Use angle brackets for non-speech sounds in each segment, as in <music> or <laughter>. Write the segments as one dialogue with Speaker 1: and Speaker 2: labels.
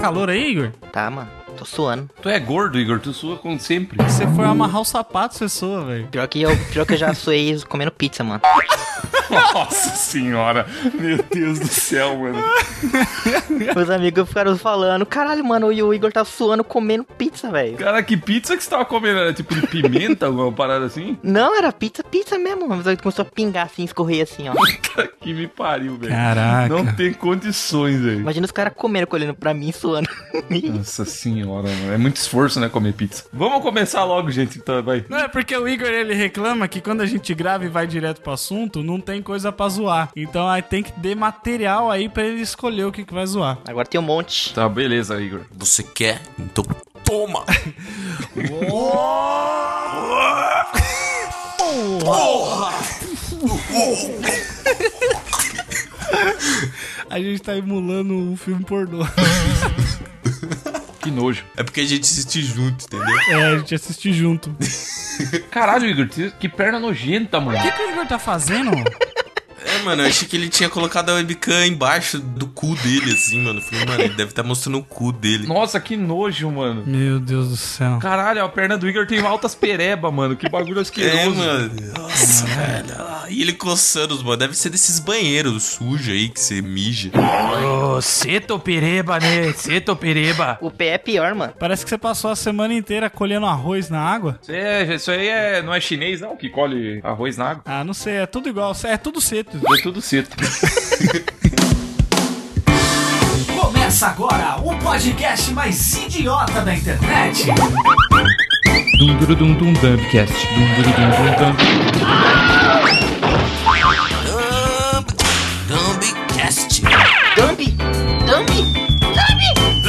Speaker 1: calor aí, Igor?
Speaker 2: Tá, mano. Tô suando.
Speaker 3: Tu é gordo, Igor, tu sua como sempre.
Speaker 1: Você foi amarrar o sapato, você soa, velho.
Speaker 2: Pior que eu, pior que eu já <laughs> suei comendo pizza, mano.
Speaker 3: <laughs> Nossa senhora, meu Deus do céu, mano.
Speaker 2: Meus amigos ficaram falando, caralho, mano, e o Igor tá suando comendo pizza, velho.
Speaker 3: Cara, que pizza que você tava comendo? Era tipo de pimenta, alguma parada assim?
Speaker 2: Não, era pizza, pizza mesmo. Mas aí começou a pingar assim, escorrer assim, ó.
Speaker 3: Puta que me pariu, velho.
Speaker 1: Caraca.
Speaker 3: Não tem condições, velho.
Speaker 2: Imagina os caras comendo, olhando pra mim, suando. <laughs>
Speaker 3: Nossa senhora, mano. É muito esforço, né, comer pizza. Vamos começar logo, gente, então, vai.
Speaker 1: Não, é porque o Igor ele reclama que quando a gente grava e vai direto pro assunto, não tem coisa pra zoar. Então aí tem que ter material aí pra ele escolher o que, que vai zoar.
Speaker 2: Agora tem um monte.
Speaker 3: Tá, beleza, Igor.
Speaker 4: Você quer? Então toma!
Speaker 1: A gente tá emulando um filme pornô.
Speaker 3: Que nojo.
Speaker 4: É porque a gente assiste junto, entendeu?
Speaker 1: <laughs> É, a gente assiste junto. O
Speaker 3: Caralho, Igor, que perna nojenta, mano.
Speaker 1: que, que o Igor tá fazendo?
Speaker 4: É, mano, eu achei que ele tinha colocado a webcam embaixo do cu dele, assim, mano. Eu Falei, mano, ele deve estar mostrando o cu dele.
Speaker 3: Nossa, que nojo, mano.
Speaker 1: Meu Deus do céu.
Speaker 3: Caralho, a perna do Igor tem altas pereba, mano. Que bagulho
Speaker 4: É,
Speaker 3: asqueroso.
Speaker 4: mano. Nossa, velho. Ah, E ele coçando os mano. Deve ser desses banheiros sujos aí que você mija.
Speaker 5: Ô, Seto Pereba, né? Seto Pereba.
Speaker 2: O pé é pior, mano.
Speaker 1: Parece que você passou a semana inteira colhendo arroz na água.
Speaker 3: Isso aí é- isso aí é, não é chinês, não, que colhe arroz na água.
Speaker 1: Ah, não sei, é tudo igual, é tudo seto.
Speaker 3: Foi tudo cedo.
Speaker 5: <laughs> Começa agora o podcast mais idiota da internet.
Speaker 4: Dumbcast.
Speaker 2: Dumbi! Dumbi!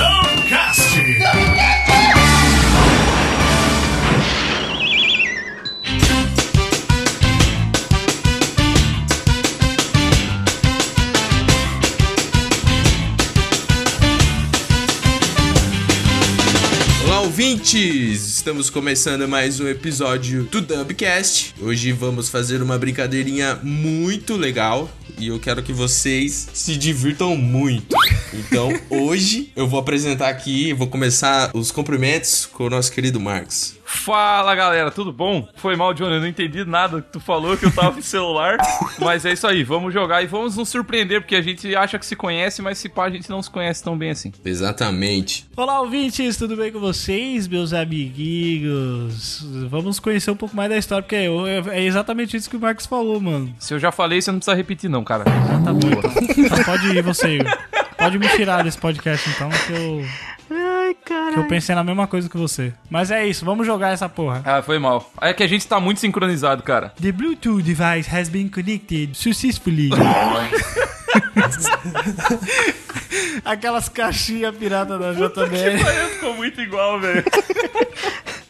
Speaker 4: Olá, ouvintes! Estamos começando mais um episódio do Dumbcast. Hoje vamos fazer uma brincadeirinha muito legal e eu quero que vocês se divirtam muito. Então, hoje eu vou apresentar aqui, vou começar os cumprimentos com o nosso querido Marcos.
Speaker 3: Fala galera, tudo bom? Foi mal, Johnny, eu não entendi nada que tu falou, que eu tava no celular. Mas é isso aí, vamos jogar e vamos nos surpreender, porque a gente acha que se conhece, mas se pá, a gente não se conhece tão bem assim.
Speaker 4: Exatamente.
Speaker 1: Olá, ouvintes, tudo bem com vocês, meus amiguinhos? Vamos conhecer um pouco mais da história, porque eu- eu- é exatamente isso que o Marcos falou, mano.
Speaker 3: Se eu já falei, você não precisa repetir, não, cara.
Speaker 1: Ah, tá bom, então. Então Pode ir, você, Igor. Pode me tirar desse podcast, então, que eu,
Speaker 2: Ai,
Speaker 1: que eu
Speaker 2: caralho.
Speaker 1: pensei na mesma coisa que você. Mas é isso, vamos jogar essa porra.
Speaker 3: Ah, foi mal. É que a gente tá muito sincronizado, cara.
Speaker 1: The Bluetooth device has been connected successfully. Aquelas caixinhas pirata da JBL.
Speaker 3: Ficou muito igual, velho.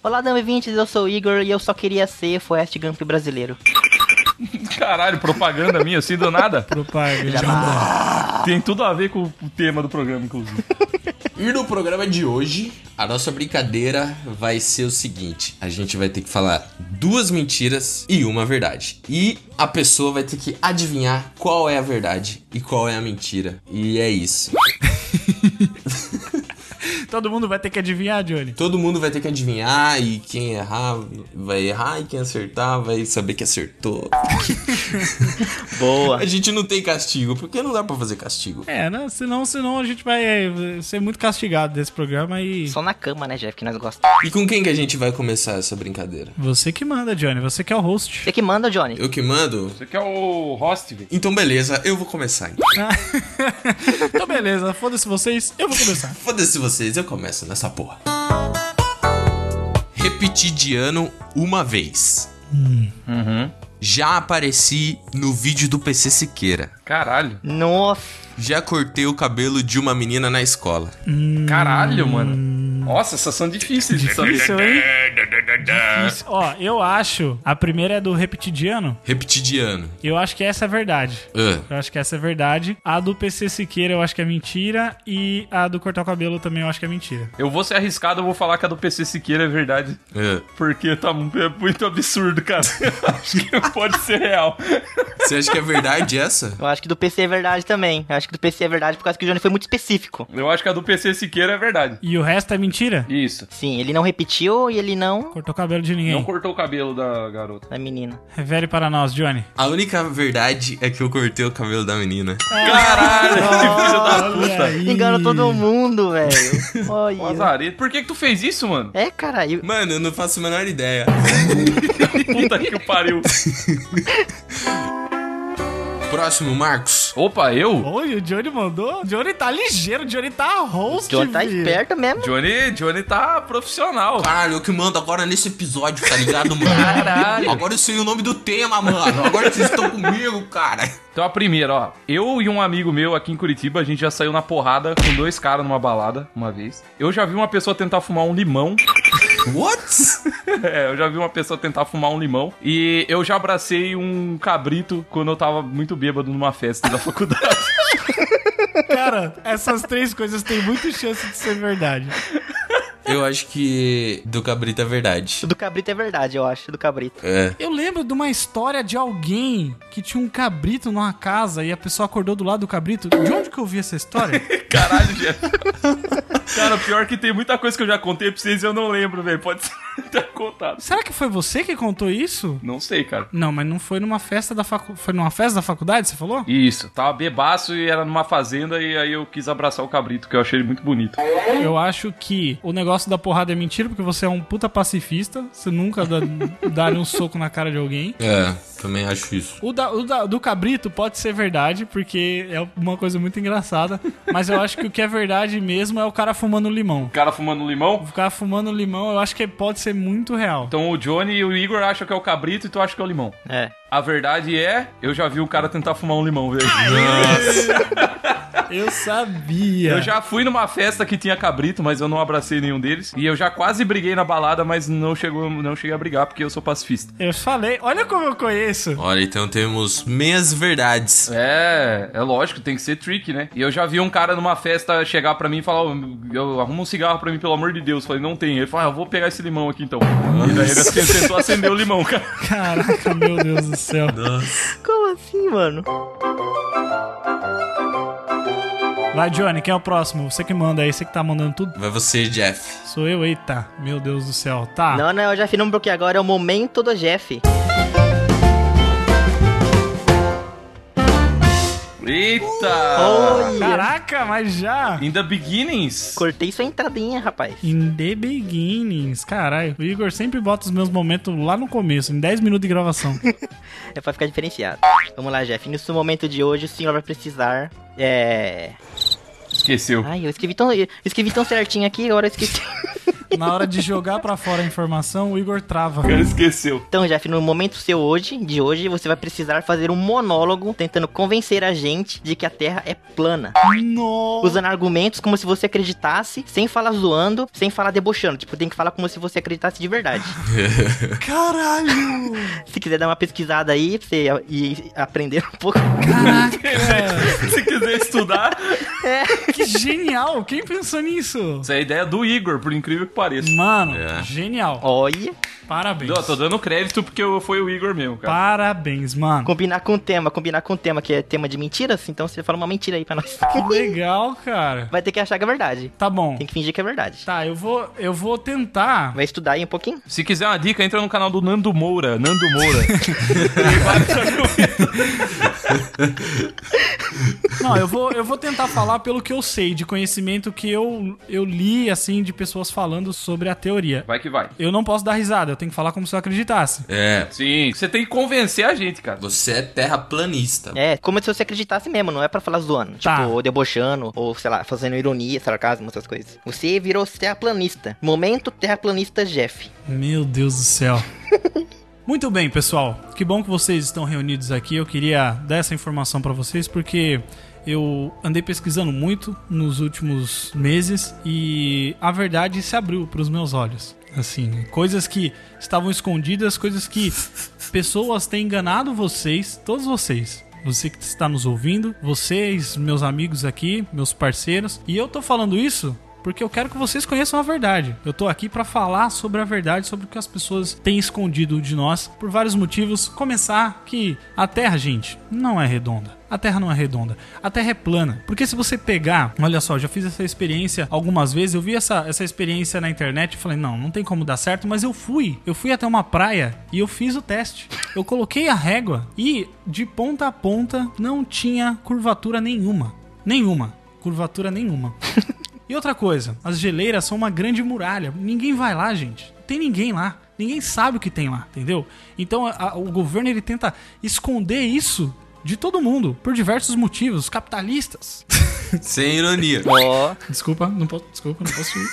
Speaker 2: Olá, Dumbi 20, eu sou o Igor e eu só queria ser Forrest Gump brasileiro.
Speaker 3: <laughs> Caralho, propaganda minha, assim do nada.
Speaker 1: Propaganda.
Speaker 3: Tem tudo a ver com o tema do programa, inclusive.
Speaker 4: E no programa de hoje, a nossa brincadeira vai ser o seguinte: a gente vai ter que falar duas mentiras e uma verdade. E a pessoa vai ter que adivinhar qual é a verdade e qual é a mentira. E é isso.
Speaker 1: Todo mundo vai ter que adivinhar, Johnny.
Speaker 4: Todo mundo vai ter que adivinhar e quem errar vai errar e quem acertar vai saber que acertou.
Speaker 2: Boa.
Speaker 4: A gente não tem castigo, porque não dá pra fazer castigo.
Speaker 1: É, né? Senão, senão a gente vai é, ser muito castigado desse programa e.
Speaker 2: Só na cama, né, Jeff, que nós gostamos.
Speaker 4: E com quem que a gente vai começar essa brincadeira?
Speaker 1: Você que manda, Johnny. Você que é o
Speaker 2: <laughs>
Speaker 1: host.
Speaker 2: Você que manda, Johnny.
Speaker 4: Eu que mando?
Speaker 3: Isso aqui é o host, velho.
Speaker 4: Então beleza, eu vou começar. então.
Speaker 1: então, beleza. Foda-se vocês. Eu vou começar.
Speaker 4: Foda-se vocês, eu começo nessa porra. Repetidiano uma vez.
Speaker 3: Uhum.
Speaker 4: Já apareci no vídeo do PC Siqueira.
Speaker 3: Caralho.
Speaker 2: Nossa.
Speaker 4: Já cortei o cabelo de uma menina na escola.
Speaker 3: Caralho, mano. Nossa, essas são difíceis de saber.
Speaker 1: Difícil, hein? difícil. Ó, eu acho. A primeira é do repetidiano.
Speaker 4: Repetidiano.
Speaker 1: Eu acho que essa é verdade.
Speaker 4: Ah.
Speaker 1: Eu acho que essa é verdade. A do PC Siqueira eu acho que é mentira. E a do cortar o cabelo também eu acho que é mentira.
Speaker 3: Eu vou ser arriscado, eu vou falar que a do PC Siqueira é verdade.
Speaker 4: ah.
Speaker 3: Porque tá mu- é muito absurdo, cara. <laughs> Acho que não pode ser real.
Speaker 4: Você acha que é verdade essa?
Speaker 2: Eu acho que do PC é verdade também. Eu acho que do PC é verdade por causa que o Johnny foi muito específico.
Speaker 3: Eu acho que a do PC Siqueira é verdade.
Speaker 1: E o resto é mentira?
Speaker 3: Isso.
Speaker 2: Sim, ele não repetiu e ele não. é
Speaker 1: Cortou o cabelo de ninguém.
Speaker 3: Não cortou o cabelo da garota.
Speaker 2: Da menina.
Speaker 1: Revele para nós, Johnny.
Speaker 4: A única verdade é que eu cortei o cabelo da menina.
Speaker 3: Caralho, <laughs> que filho da
Speaker 1: Olha
Speaker 3: puta.
Speaker 1: aí.
Speaker 2: Engana todo mundo, velho.
Speaker 3: Um
Speaker 2: Olha.
Speaker 3: azareta. Por que que tu fez isso, mano?
Speaker 2: É, cara, e-
Speaker 4: Mano, eu não faço a menor ideia.
Speaker 3: Puta que o pariu.
Speaker 4: Próximo, Marcos.
Speaker 3: Opa, eu?
Speaker 1: Oi, o Johnny mandou. O Johnny tá ligeiro, o Johnny tá host.
Speaker 2: o Johnny tá
Speaker 1: vi.
Speaker 2: esperto mesmo.
Speaker 3: Johnny, Johnny tá profissional.
Speaker 4: Caralho, eu que mando agora nesse episódio, tá ligado, mano?
Speaker 3: Caralho.
Speaker 4: Agora eu sei o nome do tema, mano. Agora vocês estão comigo, cara.
Speaker 3: Então a primeira, ó. Eu e um amigo meu aqui em Curitiba, a gente já saiu na porrada com dois caras numa balada uma vez. Eu já vi uma pessoa tentar fumar um limão. <laughs>
Speaker 4: What?
Speaker 3: É, eu já vi uma pessoa tentar fumar um limão. E eu já abracei um cabrito quando eu tava muito bêbado numa festa da <laughs> faculdade.
Speaker 1: Cara, essas três coisas têm muita chance de ser verdade.
Speaker 4: <laughs> Eu acho que do cabrito é verdade.
Speaker 2: O do cabrito é verdade, eu acho. Do cabrito.
Speaker 4: É.
Speaker 1: Eu lembro de uma história de alguém que tinha um cabrito numa casa e a pessoa acordou do lado do cabrito. De onde que eu vi essa <laughs> história?
Speaker 3: Caralho, Jeff. Cara, pior é que tem muita coisa que eu já contei pra vocês e eu não lembro, velho. Pode ser <laughs> ter contado.
Speaker 1: Será que foi você que contou isso?
Speaker 3: Não sei, cara.
Speaker 1: Não, mas não foi numa festa da faculdade. Foi numa festa da faculdade, você falou?
Speaker 3: Isso, tava bebaço e era numa fazenda e aí eu quis abraçar o cabrito, que eu achei ele muito bonito.
Speaker 1: Eu acho que o negócio da porrada é mentira, porque você é um puta pacifista. Você nunca dá, <laughs> daria um soco na cara de alguém.
Speaker 4: É, também acho isso.
Speaker 1: O, da- o da- do cabrito pode ser verdade, porque é uma coisa muito engraçada. Mas eu acho que o que é verdade mesmo é o cara fumando limão.
Speaker 3: O cara fumando limão.
Speaker 1: O cara fumando limão, eu acho que pode ser muito real.
Speaker 3: Então o Johnny e o Igor acham que é o cabrito e tu acha que é o limão.
Speaker 2: É.
Speaker 3: A verdade é, eu já vi o cara tentar fumar um limão, velho.
Speaker 1: Eu sabia.
Speaker 3: Eu já fui numa festa que tinha cabrito, mas eu não abracei nenhum deles. E eu já quase briguei na balada, mas não, chegou, não cheguei a brigar porque eu sou pacifista.
Speaker 1: Eu falei, olha como eu conheço.
Speaker 4: Olha, então temos meias verdades.
Speaker 3: É, é lógico, tem que ser trick, né? E eu já vi um cara numa festa chegar pra mim e falar: "Ô, eu arruma um cigarro pra mim, pelo amor de Deus. Eu falei, não tem. Ele falou, ah, eu vou pegar esse limão aqui então. E daí ele tentou acender o limão, cara.
Speaker 1: Caraca, meu Deus do céu.
Speaker 2: Como assim, mano?
Speaker 1: Vai, Johnny, quem é o próximo? Você que manda aí, você que tá mandando tudo.
Speaker 4: Vai você, Jeff.
Speaker 1: Sou eu, eita. Meu Deus do céu. Tá.
Speaker 2: Não, não, eu já fiz um bloqueio agora. É o momento do Jeff.
Speaker 3: Eita!
Speaker 2: Olha.
Speaker 1: Caraca, mas já.
Speaker 3: In the beginnings.
Speaker 2: Cortei sua entradinha, rapaz.
Speaker 1: In the beginnings, caralho. O Igor sempre bota os meus momentos lá no começo, em 10 minutos de gravação.
Speaker 2: É pra ficar diferenciado. Vamos lá, Jeff. No seu momento de hoje, o senhor vai precisar. É.
Speaker 3: Esqueceu.
Speaker 2: Ai, eu escrevi tão, eu escrevi tão certinho aqui, agora eu esqueci.
Speaker 1: Na hora de jogar pra fora a informação, o Igor trava.
Speaker 3: O cara esqueceu. <laughs>
Speaker 2: Então, Jeff, no momento seu hoje, de hoje, você vai precisar fazer um monólogo tentando convencer a gente de que a Terra é plana.
Speaker 1: Nossa.
Speaker 2: Usando argumentos como se você acreditasse, sem falar zoando, sem falar debochando. Tipo, tem que falar como se você acreditasse de verdade.
Speaker 1: Caralho!
Speaker 2: se quiser dar uma pesquisada aí pra você e aprender um pouco.
Speaker 1: Caraca!
Speaker 3: Se quiser estudar,
Speaker 1: que genial! Quem pensou nisso?
Speaker 3: essa é a ideia do Igor, por incrível que pareça.
Speaker 1: Mano,
Speaker 4: É.
Speaker 1: genial.
Speaker 2: Olha,
Speaker 1: Parabéns.
Speaker 3: Eu tô dando crédito porque eu- foi o Igor mesmo, cara.
Speaker 1: Parabéns, mano.
Speaker 2: combinar com o tema, combinar com o tema, que é tema de mentiras, então você fala uma mentira aí pra nós.
Speaker 1: Que legal, cara.
Speaker 2: Vai ter que achar que é verdade.
Speaker 1: Tá bom.
Speaker 2: Tem que fingir que é verdade.
Speaker 1: Tá, eu vou, eu vou tentar.
Speaker 2: Vai estudar aí um pouquinho?
Speaker 3: Se quiser uma dica, entra no canal do Nando Moura. Nando Moura. Tem vários argumentos.
Speaker 1: Não, eu vou, eu vou tentar falar pelo que eu sei, de conhecimento que eu, eu li, assim, de pessoas falando sobre a teoria.
Speaker 3: Vai que vai.
Speaker 1: Eu não posso dar risada, eu tenho que falar como se eu acreditasse.
Speaker 4: É.
Speaker 3: Sim, você tem que convencer a gente, cara.
Speaker 4: Você é terraplanista.
Speaker 2: É, como se você acreditasse mesmo, não é pra falar zoando.
Speaker 1: Tá.
Speaker 2: Tipo, ou debochando, ou sei lá, fazendo ironia, sarcasmo, essas coisas. Você virou terraplanista. Momento terraplanista Jeff.
Speaker 1: Meu Deus do céu. Muito bem, pessoal. Que bom que vocês estão reunidos aqui. Eu queria dar essa informação pra vocês porque eu andei pesquisando muito nos últimos meses e a verdade se abriu pros meus olhos. Assim, coisas que estavam escondidas, coisas que pessoas têm enganado vocês, todos vocês. Você que está nos ouvindo, vocês, meus amigos aqui, meus parceiros. E eu tô falando isso porque eu quero que vocês conheçam a verdade. Eu tô aqui para falar sobre a verdade, sobre o que as pessoas têm escondido de nós por vários motivos. Começar que a Terra, gente, não é redonda. A Terra não é redonda, a Terra é plana. Porque se você pegar, olha só, eu já fiz essa experiência algumas vezes, eu vi essa, essa experiência na internet e falei, não, não tem como dar certo, mas eu fui. Eu fui até uma praia e eu fiz o teste. Eu coloquei a régua e de ponta a ponta não tinha curvatura nenhuma. Nenhuma. Curvatura nenhuma. E outra coisa, as geleiras são uma grande muralha. Ninguém vai lá, gente. Não tem ninguém lá. Ninguém sabe o que tem lá, entendeu? Então a- a- o governo ele tenta esconder isso de todo mundo por diversos motivos capitalistas. <laughs>
Speaker 4: Sem ironia.
Speaker 2: Ó,
Speaker 1: Desculpa, não posso, desculpa, não posso. ir.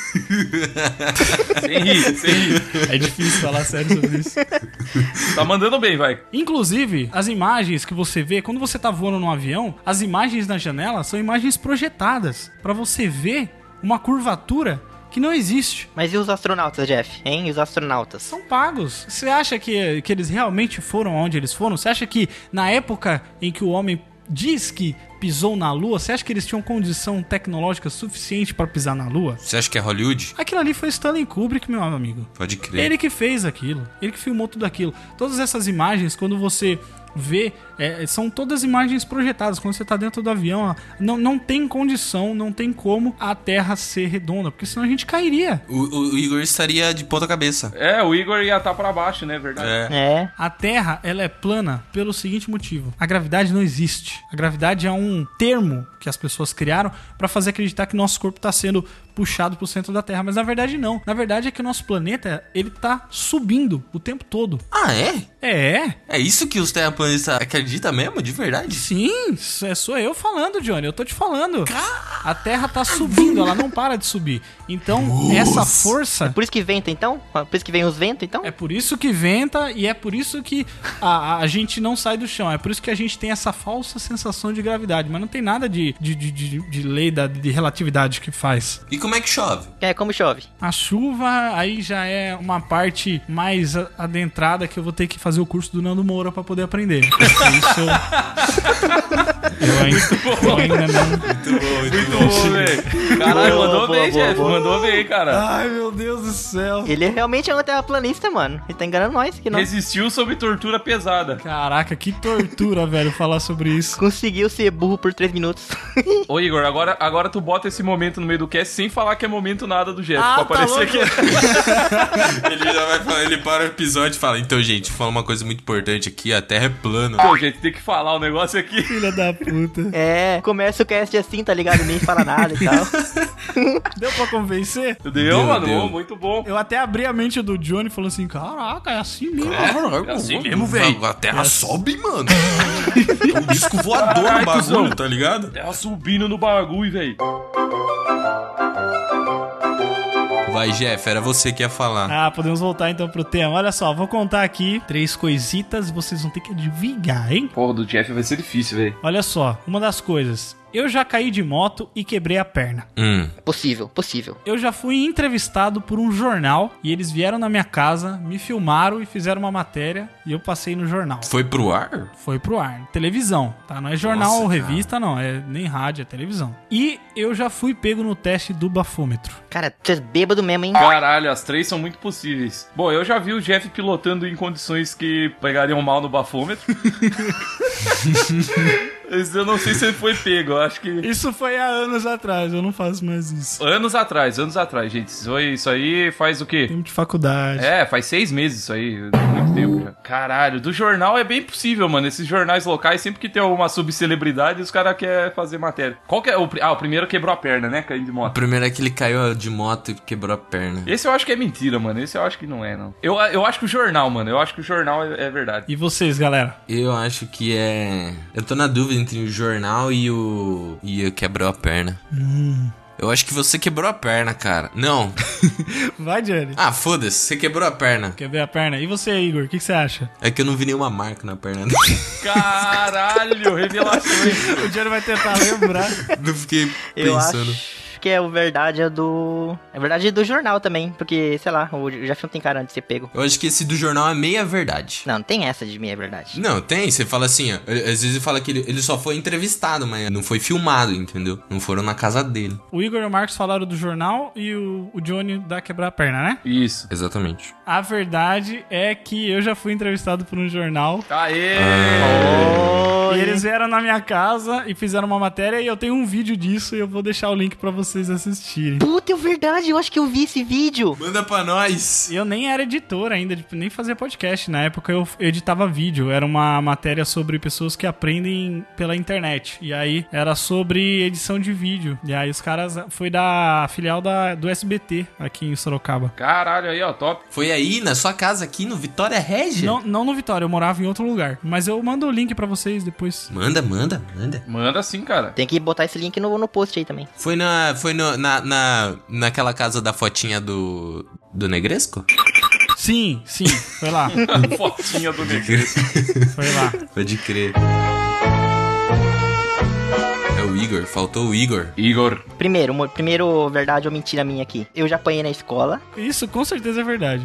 Speaker 3: Sem rir, sem rir.
Speaker 1: É difícil falar sério sobre isso.
Speaker 3: <laughs> Tá mandando bem, vai.
Speaker 1: Inclusive, as imagens que você vê quando você tá voando num avião, as imagens na janela são imagens projetadas pra você ver uma curvatura que não existe.
Speaker 2: <laughs> mas e os astronautas, Jeff? Hein? E os astronautas?
Speaker 1: são pagos. Você acha que, que eles realmente foram onde eles foram? Você acha que na época em que o homem diz que pisou na lua, você acha que eles tinham condição tecnológica suficiente pra pisar na lua?
Speaker 4: Você acha que é Hollywood?
Speaker 1: Aquilo ali foi Stanley Kubrick, meu amigo.
Speaker 4: Pode crer.
Speaker 1: Ele que fez aquilo, ele que filmou tudo aquilo. Todas essas imagens, quando você vê, é, são todas imagens projetadas. Quando você tá dentro do avião, ó, não, não tem condição, não tem como a Terra ser redonda, porque senão a gente cairia.
Speaker 4: O, o- o Igor estaria de ponta cabeça.
Speaker 3: É, o Igor ia estar pra baixo, né? Verdade.
Speaker 4: É.
Speaker 2: É.
Speaker 1: A Terra, ela é plana pelo seguinte motivo: a gravidade não existe. A gravidade é um termo que as pessoas criaram para fazer acreditar que nosso corpo está sendo puxado para o centro da Terra, mas na verdade não. Na verdade é que o nosso planeta, ele tá subindo o tempo todo.
Speaker 4: Ah, é?
Speaker 1: É,
Speaker 4: É isso que os terraplanistas acreditam mesmo? De verdade?
Speaker 1: sim, isso é sou eu falando, Johnny, eu tô te falando. A Terra tá subindo, ela não para de subir. Então, essa força
Speaker 2: Por isso que venta, então? Por isso que vem os ventos, então?
Speaker 1: É por isso que venta e é por isso que a, a gente não sai do chão. É por isso que a gente tem essa falsa sensação de gravidade. Mas não tem nada de, de, de, de- de lei da, de relatividade que faz.
Speaker 4: E como é que chove?
Speaker 2: É, como chove.
Speaker 1: A chuva aí já é uma parte mais a- adentrada que eu vou ter que fazer o curso do Nando Moura pra poder aprender. Isso <laughs> eu, eu, ainda, eu ainda não.
Speaker 4: Muito <laughs> bom, muito
Speaker 3: Muito bom, velho. Caralho,
Speaker 2: Boa,
Speaker 3: mandou
Speaker 2: boa,
Speaker 3: bem,
Speaker 2: boa,
Speaker 3: Jeff.
Speaker 2: boa.
Speaker 3: Mandou bem,
Speaker 1: Ah,
Speaker 3: cara.
Speaker 4: Ai, meu Deus do céu.
Speaker 2: Ele é realmente é um terraplanista, mano. Ele tá enganando nós que não
Speaker 3: Resistiu sob tortura pesada.
Speaker 1: Caraca, que tortura, velho, falar sobre isso.
Speaker 2: conseguiu ser burro por três minutos.
Speaker 3: Ô, Igor, agora, agora tu bota esse momento no meio do cast sem falar que é momento nada do Jeff.
Speaker 2: Ah,
Speaker 3: pra parecer
Speaker 2: tá
Speaker 3: que. é
Speaker 4: Ele já vai falar, ele para o episódio e fala: Então, gente, fala uma coisa muito importante aqui: a Terra é plana.
Speaker 3: Pô, gente, tem que falar o negócio aqui.
Speaker 1: Filha da puta.
Speaker 2: É, começa o cast assim, tá ligado? Nem fala nada e tal.
Speaker 1: Deu pra convencer?
Speaker 3: Deu,
Speaker 4: Deu,
Speaker 3: mano?
Speaker 4: deu.
Speaker 3: Ô, Muito bom.
Speaker 1: Eu até abri a mente do Johnny e falou assim: Caraca, é assim mesmo.
Speaker 4: É assim mesmo, velho. A terra sobe, mano. É um disco voador no
Speaker 3: Caraca,
Speaker 4: bagulho,
Speaker 3: cuzão.
Speaker 4: tá ligado?
Speaker 3: Ela subindo no bagulho, velho.
Speaker 4: Vai, Jeff, era você que ia falar.
Speaker 1: Ah, podemos voltar então pro tema. Olha só, vou contar aqui três coisitas e vocês vão ter que adivinhar, hein?
Speaker 3: Porra, do Jeff vai ser difícil, velho.
Speaker 1: Olha só, uma das coisas. Eu já caí de moto e quebrei a perna.
Speaker 4: Hum.
Speaker 2: Possível, possível.
Speaker 1: Eu já fui entrevistado por um jornal e eles vieram na minha casa, me filmaram e fizeram uma matéria e eu passei no jornal.
Speaker 4: Foi pro ar?
Speaker 1: Foi pro ar. Televisão, tá? Não é jornal
Speaker 4: Nossa,
Speaker 1: ou
Speaker 4: cara.
Speaker 1: revista, não. É nem rádio, é televisão. E eu já fui pego no teste do bafômetro.
Speaker 2: Cara, vocês bêbado mesmo, hein?
Speaker 3: Caralho, as três são muito possíveis. Bom, eu já vi o Jeff pilotando em condições que pegariam mal no bafômetro. Mas eu não sei se ele foi pego, eu acho que.
Speaker 1: Isso foi há anos atrás, eu não faço mais isso.
Speaker 3: Anos atrás, anos atrás, gente. Isso aí, isso aí faz o quê?
Speaker 1: Tempo de faculdade.
Speaker 3: É, faz seis meses isso aí, muito tempo já. Caralho, do jornal é bem possível, mano. Esses jornais locais, sempre que tem alguma subcelebridade, os caras querem fazer matéria. Qual que é o. pri- Ah, o primeiro quebrou a perna, né? Caindo de
Speaker 4: O
Speaker 3: moto.
Speaker 4: primeiro é que ele caiu de moto e quebrou a perna.
Speaker 3: Esse eu acho que é mentira, mano. Esse eu acho que não é, não. Eu, eu acho que o jornal, mano. Eu acho que o jornal é, é verdade.
Speaker 1: E vocês, galera?
Speaker 4: Eu acho que é. Eu tô na dúvida entre o jornal e o. E eu quebrou a perna. Eu acho que você quebrou a perna, cara. Não.
Speaker 1: Vai, Johnny.
Speaker 4: Ah, foda-se, você quebrou a perna.
Speaker 1: Quer ver a perna? E você, Igor? O que, que você acha?
Speaker 4: É que eu não vi nenhuma marca na perna dele. <laughs>
Speaker 3: Caralho, revelações.
Speaker 1: O Johnny vai tentar lembrar.
Speaker 4: não fiquei
Speaker 2: Eu
Speaker 4: pensando.
Speaker 2: acho que que é o verdade é do. É verdade é do jornal também. Porque, sei lá, o Jafinho tem cara de ser pego.
Speaker 4: Eu acho que esse do jornal é meia verdade.
Speaker 2: Não, não tem essa de mim, é verdade.
Speaker 4: Não, tem. Você fala assim, ó. ele- Às vezes ele fala que ele, ele só foi entrevistado, mas não foi filmado, entendeu? Não foram na casa dele.
Speaker 1: <laughs> O Igor e o Marcos falaram do jornal e o, o Johnny dá quebrar a perna, né?
Speaker 3: Isso.
Speaker 4: Exatamente.
Speaker 1: A verdade é que eu já fui entrevistado por um jornal.
Speaker 3: Aê! Ah.
Speaker 1: E eles vieram na minha casa e fizeram uma matéria e eu tenho um vídeo disso e eu vou deixar o link pra vocês assistirem.
Speaker 2: Puta, é verdade, eu acho que eu vi esse vídeo.
Speaker 4: Manda pra nós!
Speaker 1: Eu nem era editor ainda, tipo, nem fazia podcast. Na época eu editava vídeo. Era uma matéria sobre pessoas que aprendem pela internet. E aí era sobre edição de vídeo. E aí os caras ah, foi da filial da, do SBT aqui em Sorocaba.
Speaker 3: Caralho aí, ó, top.
Speaker 4: Foi aí, na sua casa aqui, no Vitória Regia?
Speaker 1: Não, não no Vitória, eu morava em outro lugar. Mas eu mando o link pra vocês depois.
Speaker 4: Manda, manda, manda.
Speaker 3: Manda sim, cara. <laughs>
Speaker 2: Tem que botar esse link no, no post aí também.
Speaker 4: Foi na. Foi no- na, na. Naquela casa da fotinha do. Do Negresco?
Speaker 1: Sim, sim, foi lá,
Speaker 3: Fotinha do negro.
Speaker 1: foi lá.
Speaker 4: Pode crer. É o Igor, faltou o Igor.
Speaker 3: Igor.
Speaker 2: Primeiro, mo- primeiro verdade ou mentira minha aqui. Eu já apanhei na escola.
Speaker 1: Isso com certeza é verdade.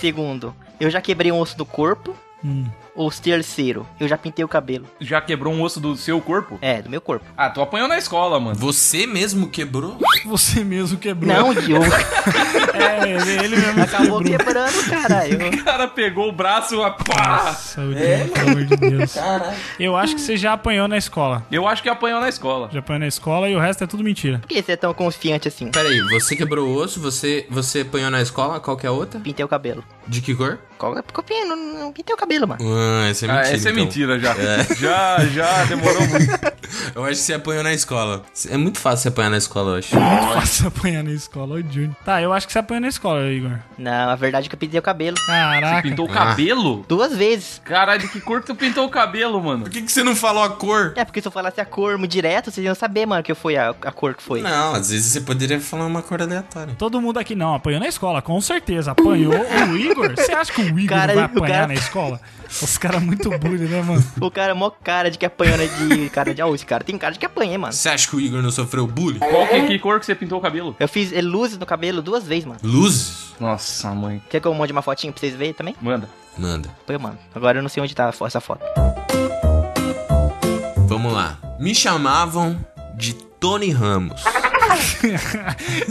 Speaker 2: Segundo, eu já quebrei um osso do corpo.
Speaker 1: Hum.
Speaker 2: Ou terceiro, eu já pintei o cabelo.
Speaker 3: Já quebrou um osso do seu corpo?
Speaker 2: É, do meu corpo.
Speaker 3: Ah, tu apanhou na escola, mano.
Speaker 4: Você mesmo quebrou?
Speaker 1: Você mesmo quebrou.
Speaker 2: Não, Diogo.
Speaker 1: É, ele, ele mesmo
Speaker 2: Acabou
Speaker 1: quebrou.
Speaker 2: quebrando, cara. Eu...
Speaker 3: O cara pegou o braço e pá!
Speaker 1: Nossa, o Diogo, pelo amor de Deus. Eu acho que você já apanhou na escola.
Speaker 3: Eu acho que apanhou na escola.
Speaker 1: Já apanhou na escola e o resto é tudo mentira.
Speaker 2: Por que você é tão confiante assim?
Speaker 4: Pera aí, você quebrou o osso, você, você apanhou na escola, qual que é a outra?
Speaker 2: Pintei o cabelo.
Speaker 4: De que cor?
Speaker 2: Qual é? Porque eu pin- não, não pintei o cabelo, mano.
Speaker 4: Ah, essa é
Speaker 3: Ah,
Speaker 4: mentira.
Speaker 3: essa é
Speaker 4: então.
Speaker 3: mentira já. Já, já, demorou <laughs> muito.
Speaker 4: Eu acho que você apanhou na escola. É muito fácil você apanhar na escola, eu acho.
Speaker 1: Nossa, <laughs> apanhar na escola, ô Júnior. Tá, eu acho que você apanhou na escola, Igor.
Speaker 2: Não, a verdade é que eu pintei o cabelo.
Speaker 1: Caraca.
Speaker 3: Pintou o
Speaker 4: Ah.
Speaker 3: cabelo?
Speaker 2: Duas vezes.
Speaker 3: Caralho, de que cor tu pintou o cabelo, mano?
Speaker 4: que, que você não falou a cor?
Speaker 2: É, porque se eu falasse a cor muito direto, vocês iam saber, mano, que eu fui a, a cor que foi.
Speaker 4: Não, às vezes você poderia falar uma cor aleatória.
Speaker 1: Todo mundo aqui não, apanhou na escola, com certeza. Apanhou o Igor? Você acha que o Igor
Speaker 2: Cara,
Speaker 1: vai
Speaker 2: o
Speaker 1: apanhar
Speaker 2: cara-
Speaker 1: na escola? Os caras muito bullying, né, mano?
Speaker 2: O cara, é mó cara de que apanhando de <laughs> cara de. Ah, esse cara tem cara de que apanhei, mano.
Speaker 4: Você acha que o Igor não sofreu bullying?
Speaker 3: Qual que, que cor que você pintou o cabelo?
Speaker 2: Eu fiz eh, luzes no cabelo duas vezes, mano.
Speaker 4: Luzes?
Speaker 3: Nossa, mãe.
Speaker 2: Quer que eu mande uma fotinha pra vocês verem também?
Speaker 3: Manda.
Speaker 4: Manda.
Speaker 2: Põe, mano. Agora eu não sei onde tá a fo- essa foto.
Speaker 4: Vamos lá. Me chamavam de Tony Ramos.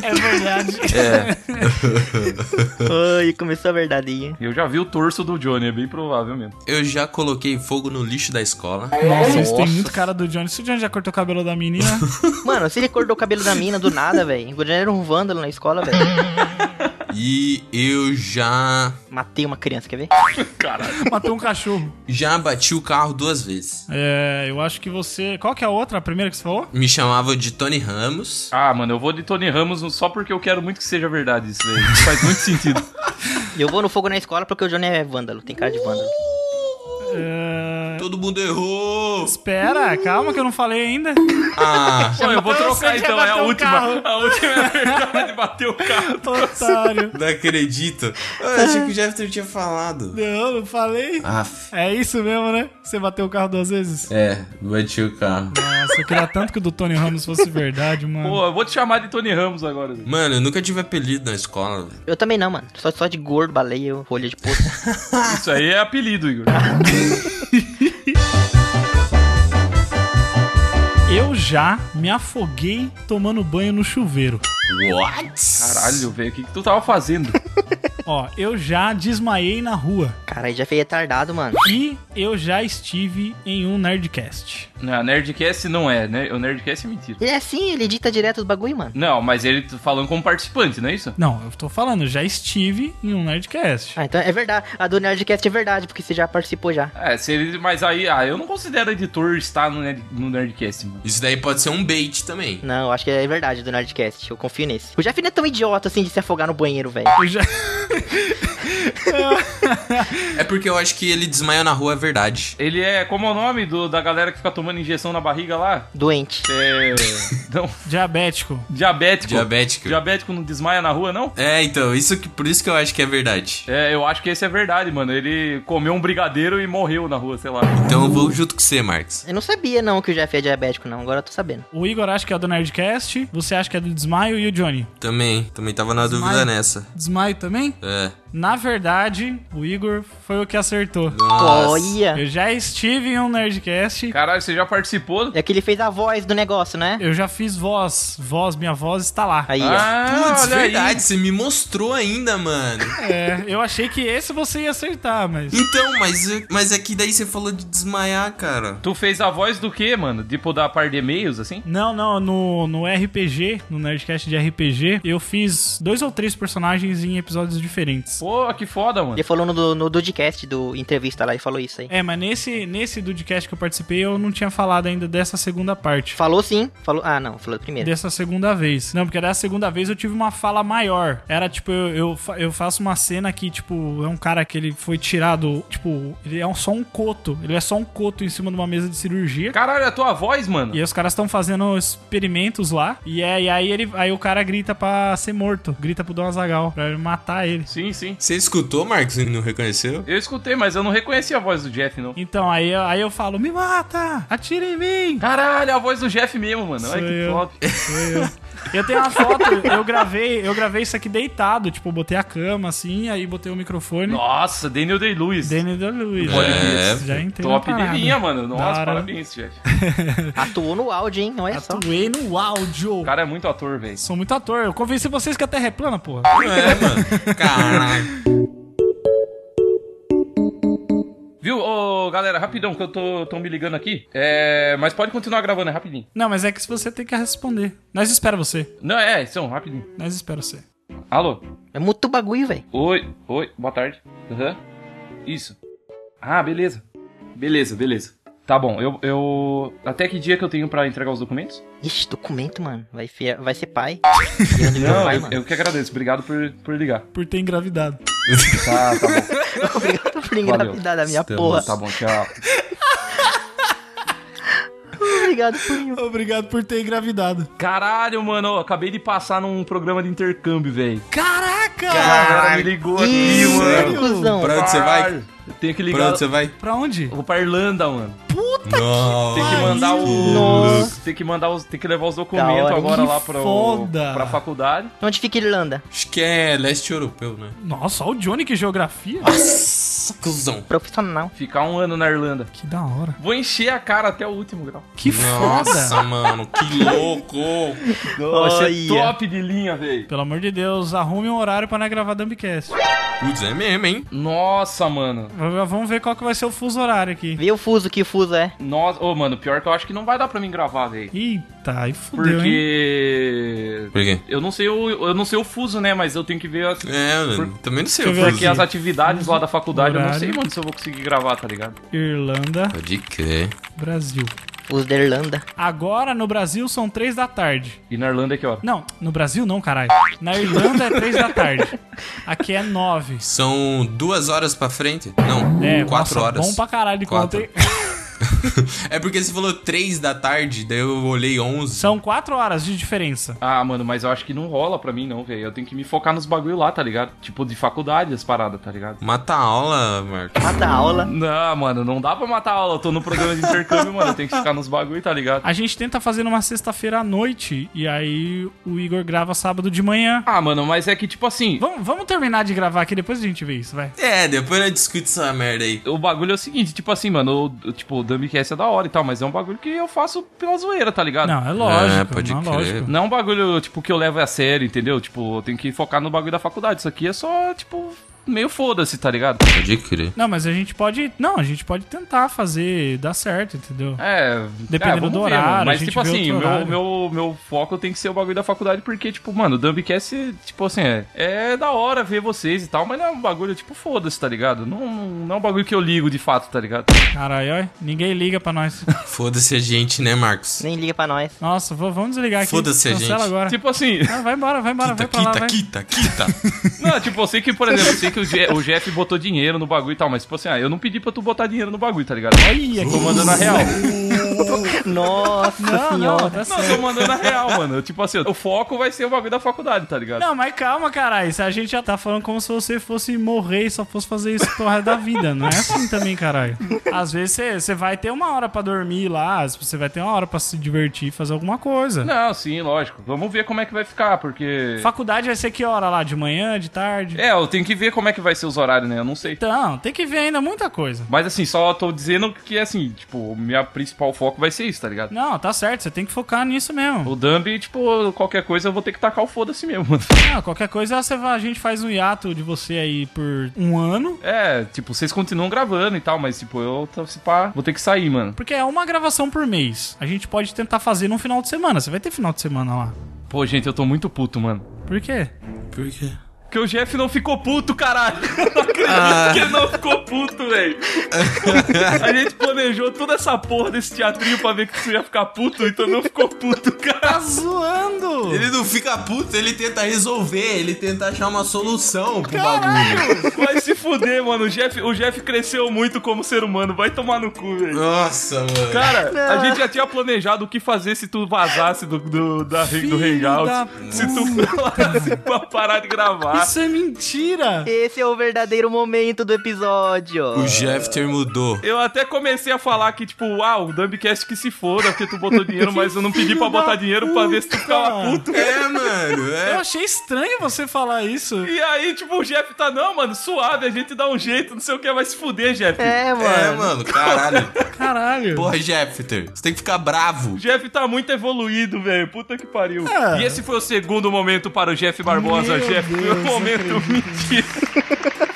Speaker 1: É verdade.
Speaker 2: Ai, começou a verdadeira.
Speaker 3: Eu já vi o torso do Johnny, é bem provável mesmo.
Speaker 4: Eu já coloquei fogo no lixo da escola.
Speaker 1: Nossa, isso tem
Speaker 2: Nossa.
Speaker 1: muito cara do Johnny. Se o Johnny já cortou o cabelo da menina,
Speaker 2: Mano, se ele cortou o cabelo da mina do nada, velho. O era um vândalo na escola, velho.
Speaker 4: E eu já.
Speaker 2: Matei uma criança, quer ver?
Speaker 3: Caralho.
Speaker 1: matou um cachorro.
Speaker 4: Já bati o carro duas vezes.
Speaker 1: É, eu acho que você. Qual que é a outra? A primeira que você falou?
Speaker 4: Me chamavam de Tony Ramos.
Speaker 3: Ah, mano, eu vou de Tony Ramos só porque eu quero muito que seja verdade isso, velho. Isso Faz
Speaker 1: <laughs>
Speaker 3: muito sentido.
Speaker 2: Eu vou no fogo na escola porque o Johnny é vândalo. Tem cara de vândalo.
Speaker 1: É...
Speaker 4: Todo mundo errou!
Speaker 1: Espera, calma que eu não falei ainda.
Speaker 4: Ah,
Speaker 3: Pô, eu vou
Speaker 1: Eu
Speaker 3: trocar
Speaker 1: sei que
Speaker 3: então,
Speaker 1: ia
Speaker 3: é a
Speaker 1: bater o
Speaker 3: última.
Speaker 1: carro.
Speaker 3: A última é a verdade, <laughs> bateu o carro.
Speaker 1: Otário.
Speaker 4: não acredito. Eu achei que o Jefferson tinha falado.
Speaker 1: Não, não falei.
Speaker 4: Aff.
Speaker 1: É isso mesmo, né? Você bateu o carro duas vezes?
Speaker 4: É, bati o carro.
Speaker 1: Nossa, eu queria tanto que o do Tony Ramos fosse verdade, mano.
Speaker 3: Pô, eu vou te chamar de Tony Ramos agora, velho.
Speaker 4: Mano, eu nunca tive apelido na escola, velho.
Speaker 2: Eu também não, mano. Só, só de gordo, baleia, rolha de poço.
Speaker 3: Isso aí é apelido, Igor.
Speaker 1: Eu já me afoguei tomando banho no chuveiro.
Speaker 4: What?
Speaker 3: Caralho, velho, o que, que tu tava fazendo?
Speaker 1: Ó, eu já desmaiei na rua.
Speaker 2: Cara, já fez retardado, mano.
Speaker 1: E eu já estive em um Nerdcast.
Speaker 3: Não, Nerdcast não é, né? O Nerdcast é mentira.
Speaker 2: Ele é assim, ele edita direto os bagulho, mano.
Speaker 3: Não, mas ele tá falando como participante, não é isso?
Speaker 1: Não, eu tô falando, eu já estive em um Nerdcast.
Speaker 2: Ah, então é verdade. A do Nerdcast é verdade, porque você já participou já.
Speaker 3: É, se ele, mas aí, ah, eu não considero editor estar no, Nerd- no Nerdcast, mano.
Speaker 4: Isso daí pode ser um bait também.
Speaker 2: Não, eu acho que é verdade do Nerdcast. Eu confio nesse. O Jeff não é tão idiota assim de se afogar no banheiro, velho.
Speaker 1: Eu já,
Speaker 4: É porque eu acho que ele desmaia na rua, é verdade.
Speaker 3: Ele é. Como é o nome do, da galera que fica tomando injeção na barriga lá?
Speaker 2: Doente.
Speaker 3: É. <laughs> Não,
Speaker 1: Diabético.
Speaker 3: diabético.
Speaker 4: Diabético.
Speaker 3: Diabético não desmaia na rua, não?
Speaker 4: É, então, isso que, por isso que eu acho que é verdade.
Speaker 3: É, eu acho que esse é verdade, mano. Ele comeu um brigadeiro e morreu na rua, sei lá.
Speaker 4: Então eu vou junto com você, Marcos.
Speaker 2: Eu não sabia, não, que o Jeff é diabético, não. Agora eu tô sabendo.
Speaker 1: O Igor acha que é do Nerdcast, você acha que é do Desmaio e o Johnny.
Speaker 4: Também, também tava na dúvida
Speaker 1: Desmaio.
Speaker 4: nessa.
Speaker 1: Desmaio também?
Speaker 4: É.
Speaker 1: Na verdade, o Igor foi o que acertou.
Speaker 4: Nossa.
Speaker 2: Olha!
Speaker 1: Eu já estive em um Nerdcast.
Speaker 3: Caralho, você já participou?
Speaker 2: É que ele fez a voz do negócio, né?
Speaker 1: Eu já fiz voz. Voz, minha voz está lá.
Speaker 2: Aí, ó.
Speaker 3: Ah,
Speaker 4: Putz,
Speaker 3: olha
Speaker 4: verdade,
Speaker 3: aí.
Speaker 4: você me mostrou ainda, mano.
Speaker 1: É, eu achei que esse você ia acertar, mas.
Speaker 4: Então, mas, mas é que daí você falou de desmaiar, cara.
Speaker 3: Tu fez a voz do quê, mano? Tipo da par de e-mails, assim?
Speaker 1: Não, não, no, no RPG, no Nerdcast de RPG, eu fiz dois ou três personagens em episódios diferentes.
Speaker 3: Pô, que foda, mano.
Speaker 2: Ele falou no, do- no Dudcast do entrevista lá, ele falou isso aí.
Speaker 1: É, mas nesse, nesse Dudcast que eu participei, eu não tinha falado ainda dessa segunda parte.
Speaker 2: Falou sim, falou. Ah, não, falou
Speaker 1: <laughs>
Speaker 2: primeiro.
Speaker 1: Dessa segunda vez. Não, porque da segunda vez eu tive uma fala maior. Era tipo, eu, eu, fa- eu faço uma cena que, tipo, é um cara que ele foi tirado. Tipo, ele é um- só um coto. Ele é só um coto em cima de uma mesa de cirurgia.
Speaker 3: Caralho, é a tua voz, mano.
Speaker 1: E aí os caras estão fazendo experimentos lá. E, é, e aí ele aí o cara grita pra ser morto. Grita pro Dom Azagal pra ele matar ele.
Speaker 3: Sim, sim.
Speaker 4: Você escutou, Marcos, e não reconheceu?
Speaker 3: Eu escutei, mas eu não reconheci a voz do Jeff, não.
Speaker 1: Então, aí, eu- aí eu falo, me mata! Atira em mim!
Speaker 3: Caralho, é a voz do Jeff mesmo, mano.
Speaker 1: Sou
Speaker 3: Olha que
Speaker 1: eu.
Speaker 3: top.
Speaker 1: <laughs> Eu tenho uma foto, eu gravei, eu gravei isso aqui deitado, tipo, botei a cama assim, aí botei o microfone.
Speaker 3: Nossa, Daniel Day-Lewis.
Speaker 1: Daniel da Luz.
Speaker 3: Olha
Speaker 1: né?
Speaker 4: isso.
Speaker 1: já entendo.
Speaker 3: Top de linha, mano.
Speaker 1: Da
Speaker 3: Nossa,
Speaker 1: hora.
Speaker 3: parabéns, Jeff.
Speaker 2: Atuou no áudio, hein?
Speaker 1: Ah,
Speaker 2: Olha só.
Speaker 1: Atuei no áudio.
Speaker 3: O cara é muito ator, velho.
Speaker 1: Sou muito ator. Eu convenci vocês que a Terra é plana, porra.
Speaker 4: É, mano. <laughs> Caralho.
Speaker 3: Viu? Ô, galera, rapidão, que eu tô, tô me ligando aqui. É. Mas pode continuar gravando, é rapidinho.
Speaker 1: Não, mas é que se você tem que responder. Nós espera você.
Speaker 3: Não, é, são, rapidinho.
Speaker 1: Nós espera você.
Speaker 3: Alô?
Speaker 2: É muito bagulho, velho.
Speaker 3: Oi, oi, boa tarde. Aham. Isso. Ah, beleza. Beleza, beleza. Tá bom, eu, eu. Até que dia que eu tenho pra entregar os documentos?
Speaker 2: Ixi, documento, mano. Vai, fi- vai ser pai. Virando meu
Speaker 3: Não,
Speaker 2: pai,
Speaker 3: eu,
Speaker 2: mano.
Speaker 3: eu que agradeço. Obrigado por, por ligar.
Speaker 1: Por ter engravidado.
Speaker 3: Tá, tá bom.
Speaker 2: Obrigado por engravidar da minha
Speaker 4: Estamos-
Speaker 2: porra.
Speaker 3: Tá bom, tchau.
Speaker 2: Obrigado por mim.
Speaker 1: <laughs> Obrigado por ter engravidado.
Speaker 3: <laughs> Caralho, mano, eu acabei de passar num programa de intercâmbio, velho.
Speaker 1: Caraca!
Speaker 4: Caralho.
Speaker 3: me ligou aqui,
Speaker 2: Ih,
Speaker 3: mano.
Speaker 1: mano.
Speaker 2: cuzão.
Speaker 4: Pra onde você vai?
Speaker 3: Caralho, eu Tenho que ligar.
Speaker 4: Pra onde você vai?
Speaker 1: Pra onde?
Speaker 3: Vou pra Irlanda, mano.
Speaker 1: Tá
Speaker 3: Tem
Speaker 4: Nossa.
Speaker 3: que mandar o.
Speaker 2: Nossa.
Speaker 3: Tem que mandar os. Tem que levar os
Speaker 2: Da
Speaker 3: documentos
Speaker 2: hora.
Speaker 3: agora
Speaker 1: Que
Speaker 3: lá pro.
Speaker 1: foda.
Speaker 3: Pra faculdade.
Speaker 2: Onde fica a Irlanda?
Speaker 4: Acho que é leste europeu, né?
Speaker 1: Nossa, olha o Johnny que geografia.
Speaker 4: Nossa, cuzão.
Speaker 2: Profissional.
Speaker 3: Ficar um ano na Irlanda.
Speaker 1: Que da hora.
Speaker 3: Vou encher a cara até o último grau.
Speaker 1: Que
Speaker 4: Nossa,
Speaker 1: foda.
Speaker 4: mano, que louco.
Speaker 3: Vai ser
Speaker 2: Olha.
Speaker 3: é top de linha, velho.
Speaker 1: Pelo amor de Deus, arrume um horário pra nós gravar Dumbcast.
Speaker 4: Putz, é mesmo, hein?
Speaker 3: Nossa, mano.
Speaker 1: V- Vamos ver qual que vai ser o fuso horário aqui.
Speaker 2: Vê o fuso que o fuso é.
Speaker 3: Nossa. Ô, mano, pior que eu acho que não vai dar pra mim gravar, velho.
Speaker 1: Eita, aí fudeu, hein?
Speaker 3: Porque.
Speaker 4: Por quê?
Speaker 3: Eu não sei o. Eu não sei o fuso, né? Mas eu tenho que ver as.
Speaker 4: É, mano, também não sei o
Speaker 1: Deixa eu ver
Speaker 4: que
Speaker 3: Porque
Speaker 1: Fuso.
Speaker 3: as atividades lá da faculdade, eu não
Speaker 1: Horário.
Speaker 3: sei, mano, se eu vou conseguir gravar, tá ligado?
Speaker 1: Irlanda,
Speaker 4: Pode crer.
Speaker 1: Brasil.
Speaker 2: Fuso da Irlanda.
Speaker 1: Agora no Brasil são três da tarde.
Speaker 3: E na Irlanda é que hora?
Speaker 1: Não, no Brasil não, caralho. Na Irlanda é três da tarde. Aqui é nove.
Speaker 4: São duas horas pra frente? Não,
Speaker 1: É,
Speaker 4: quatro
Speaker 1: nossa,
Speaker 4: horas.
Speaker 1: bom pra caralho de conta,
Speaker 4: Quatro.
Speaker 1: hein?
Speaker 4: É porque você falou três da tarde, daí eu olhei onze.
Speaker 1: São quatro horas de diferença.
Speaker 3: Ah, mano, mas eu acho que não rola pra mim, não, velho. Eu tenho que me focar nos bagulho lá, tá ligado? Tipo, de faculdade, as paradas, tá ligado?
Speaker 4: Mata a aula, Marcos.
Speaker 2: Mata a aula.
Speaker 3: Não, mano, não dá pra matar a aula. Eu tô no programa de intercâmbio, mano. Eu tenho que ficar nos bagulho, tá ligado?
Speaker 1: A gente tenta fazer numa sexta-feira à noite e aí o Igor grava sábado de manhã.
Speaker 3: Ah, mano, mas é que, tipo assim,
Speaker 1: Vamos, vamos terminar de gravar aqui, depois a gente vê isso, vai.
Speaker 4: É, depois eu discuto essa merda aí.
Speaker 3: o bagulho é o seguinte, tipo assim, mano, o, tipo, o Dumbcast é da hora e tal, mas é um bagulho que eu faço pela zoeira, tá ligado?
Speaker 1: Não, é lógico.
Speaker 4: É, pode
Speaker 1: não é
Speaker 4: crer.
Speaker 1: lógico.
Speaker 3: Não é um bagulho, tipo, que eu levo a sério, entendeu? Tipo, eu tenho que focar no bagulho da faculdade. Isso aqui é só, tipo, meio foda-se, tá ligado?
Speaker 4: Pode crer.
Speaker 1: Não, mas a gente pode. Não, a gente pode tentar fazer dar certo, entendeu?
Speaker 3: É,
Speaker 1: Dependendo
Speaker 3: é, vamos
Speaker 1: do
Speaker 3: ver,
Speaker 1: horário,
Speaker 3: mano.
Speaker 1: a
Speaker 3: Mas,
Speaker 1: gente
Speaker 3: tipo
Speaker 1: vê
Speaker 3: assim,
Speaker 1: outro
Speaker 3: meu,
Speaker 1: horário.
Speaker 3: meu, meu foco tem que ser o bagulho da faculdade, porque, tipo, mano, o Dumbcast, tipo assim, é, é da hora ver vocês e tal, mas não é um bagulho, tipo, foda-se, tá ligado? Não, não é um bagulho que eu ligo de fato,
Speaker 1: <laughs>
Speaker 3: tá ligado?
Speaker 1: Caralho, ó, ninguém liga pra nós.
Speaker 4: Foda-se a gente, né, Marcos?
Speaker 2: Nem liga pra nós.
Speaker 1: Nossa, vou- vamos desligar aqui.
Speaker 4: Foda-se a
Speaker 1: Cancela
Speaker 4: gente.
Speaker 1: agora. <laughs>
Speaker 3: Tipo assim.
Speaker 1: Ah, vai embora, vai embora,
Speaker 4: Quita,
Speaker 1: vai pra lá,
Speaker 4: quita,
Speaker 1: vai.
Speaker 4: quita, quita.
Speaker 3: Não, tipo, eu sei que, por exemplo, eu sei que o, Je- o Jeff botou dinheiro no bagulho e tal, mas, tipo assim, ah, eu não pedi pra tu botar dinheiro no bagulho, tá ligado?
Speaker 1: <laughs> Olha
Speaker 3: Tô
Speaker 1: que
Speaker 3: mandando a real.
Speaker 2: Nossa
Speaker 1: Não, não,
Speaker 2: senhora.
Speaker 1: tá
Speaker 3: Não, eu tô
Speaker 1: certo.
Speaker 3: mandando a real, mano. Tipo assim, o foco vai ser o bagulho da faculdade, tá ligado?
Speaker 1: Não, mas calma, caralho. Se a gente já tá falando como se você fosse morrer e só fosse fazer isso pro resto da vida. Não é assim também, caralho. Às vezes você vai ter uma hora pra dormir lá, você vai ter uma hora pra se divertir, fazer alguma coisa.
Speaker 3: Não, sim, lógico. Vamos ver como é que vai ficar, porque.
Speaker 1: Faculdade vai ser que hora lá? De manhã, de tarde?
Speaker 3: É, eu tenho que ver como é que vai ser os horários, né? Eu não sei.
Speaker 1: Então, tem que ver ainda muita coisa.
Speaker 3: Mas assim, só tô dizendo que assim, tipo, minha principal foco vai ser isso, tá ligado?
Speaker 1: Não, tá certo, você tem que focar nisso mesmo.
Speaker 3: O Dumb, tipo, qualquer coisa eu vou ter que tacar o foda-se mesmo, mano. <laughs>
Speaker 1: Ah, qualquer coisa você vai- a gente faz um hiato de você aí por um ano.
Speaker 3: É, tipo, vocês continuam gravando e tal, mas tipo, eu tô- se pá, vou ter que sair, mano.
Speaker 1: Porque é uma gravação por mês. A gente pode tentar fazer num final de semana. Você vai ter final de semana lá.
Speaker 3: Pô, gente, eu tô muito puto, mano.
Speaker 1: Por quê?
Speaker 4: <laughs> Por quê?
Speaker 3: Porque o Jeff não ficou puto, caralho. <laughs> Eu não acredito que ele não ficou puto, velho. A gente planejou toda essa porra desse teatrinho pra ver que tu ia ficar puto, então não ficou puto, cara.
Speaker 1: Tá zoando!
Speaker 4: Ele não fica puto, ele tenta resolver, ele tenta achar uma solução pro bagulho.
Speaker 3: Vai se fuder, mano. O Jeff, o Jeff cresceu muito como ser humano. Vai tomar no cu, velho.
Speaker 4: Nossa, mano.
Speaker 3: Cara, a gente já tinha planejado o que fazer se tu vazasse do, do, da, do
Speaker 1: Filho
Speaker 3: Hangout.
Speaker 1: da
Speaker 3: Se tu falasse pra parar de
Speaker 4: Ah.
Speaker 3: gravar.
Speaker 1: Isso é mentira!
Speaker 2: Esse é o verdadeiro momento do episódio.
Speaker 4: O Jeffter mudou.
Speaker 3: Eu até comecei a falar que, tipo, uau, o Dumbcast que se foda, porque tu botou dinheiro, mas eu não pedi pra
Speaker 1: Filho da
Speaker 3: botar dinheiro pra ver se tu
Speaker 1: puta.
Speaker 3: ficava puto.
Speaker 4: É, mano,
Speaker 1: Eu
Speaker 4: é.
Speaker 1: achei estranho você falar isso.
Speaker 3: E aí, tipo, o Jeff tá, não, mano, suave, a gente dá um jeito, não sei o que, vai se fuder, Jeff.
Speaker 2: É, mano.
Speaker 4: É, mano, caralho.
Speaker 1: Caralho.
Speaker 4: Porra, Jeffter, você tem que ficar bravo.
Speaker 3: O Jeff tá muito evoluído, velho. Puta que pariu.
Speaker 1: É.
Speaker 3: E esse foi o segundo momento para o Jeff Barbosa,
Speaker 1: Meu
Speaker 3: Jeff.
Speaker 1: Deus,
Speaker 3: meu
Speaker 1: não
Speaker 3: momento
Speaker 1: acredito.
Speaker 3: mentira.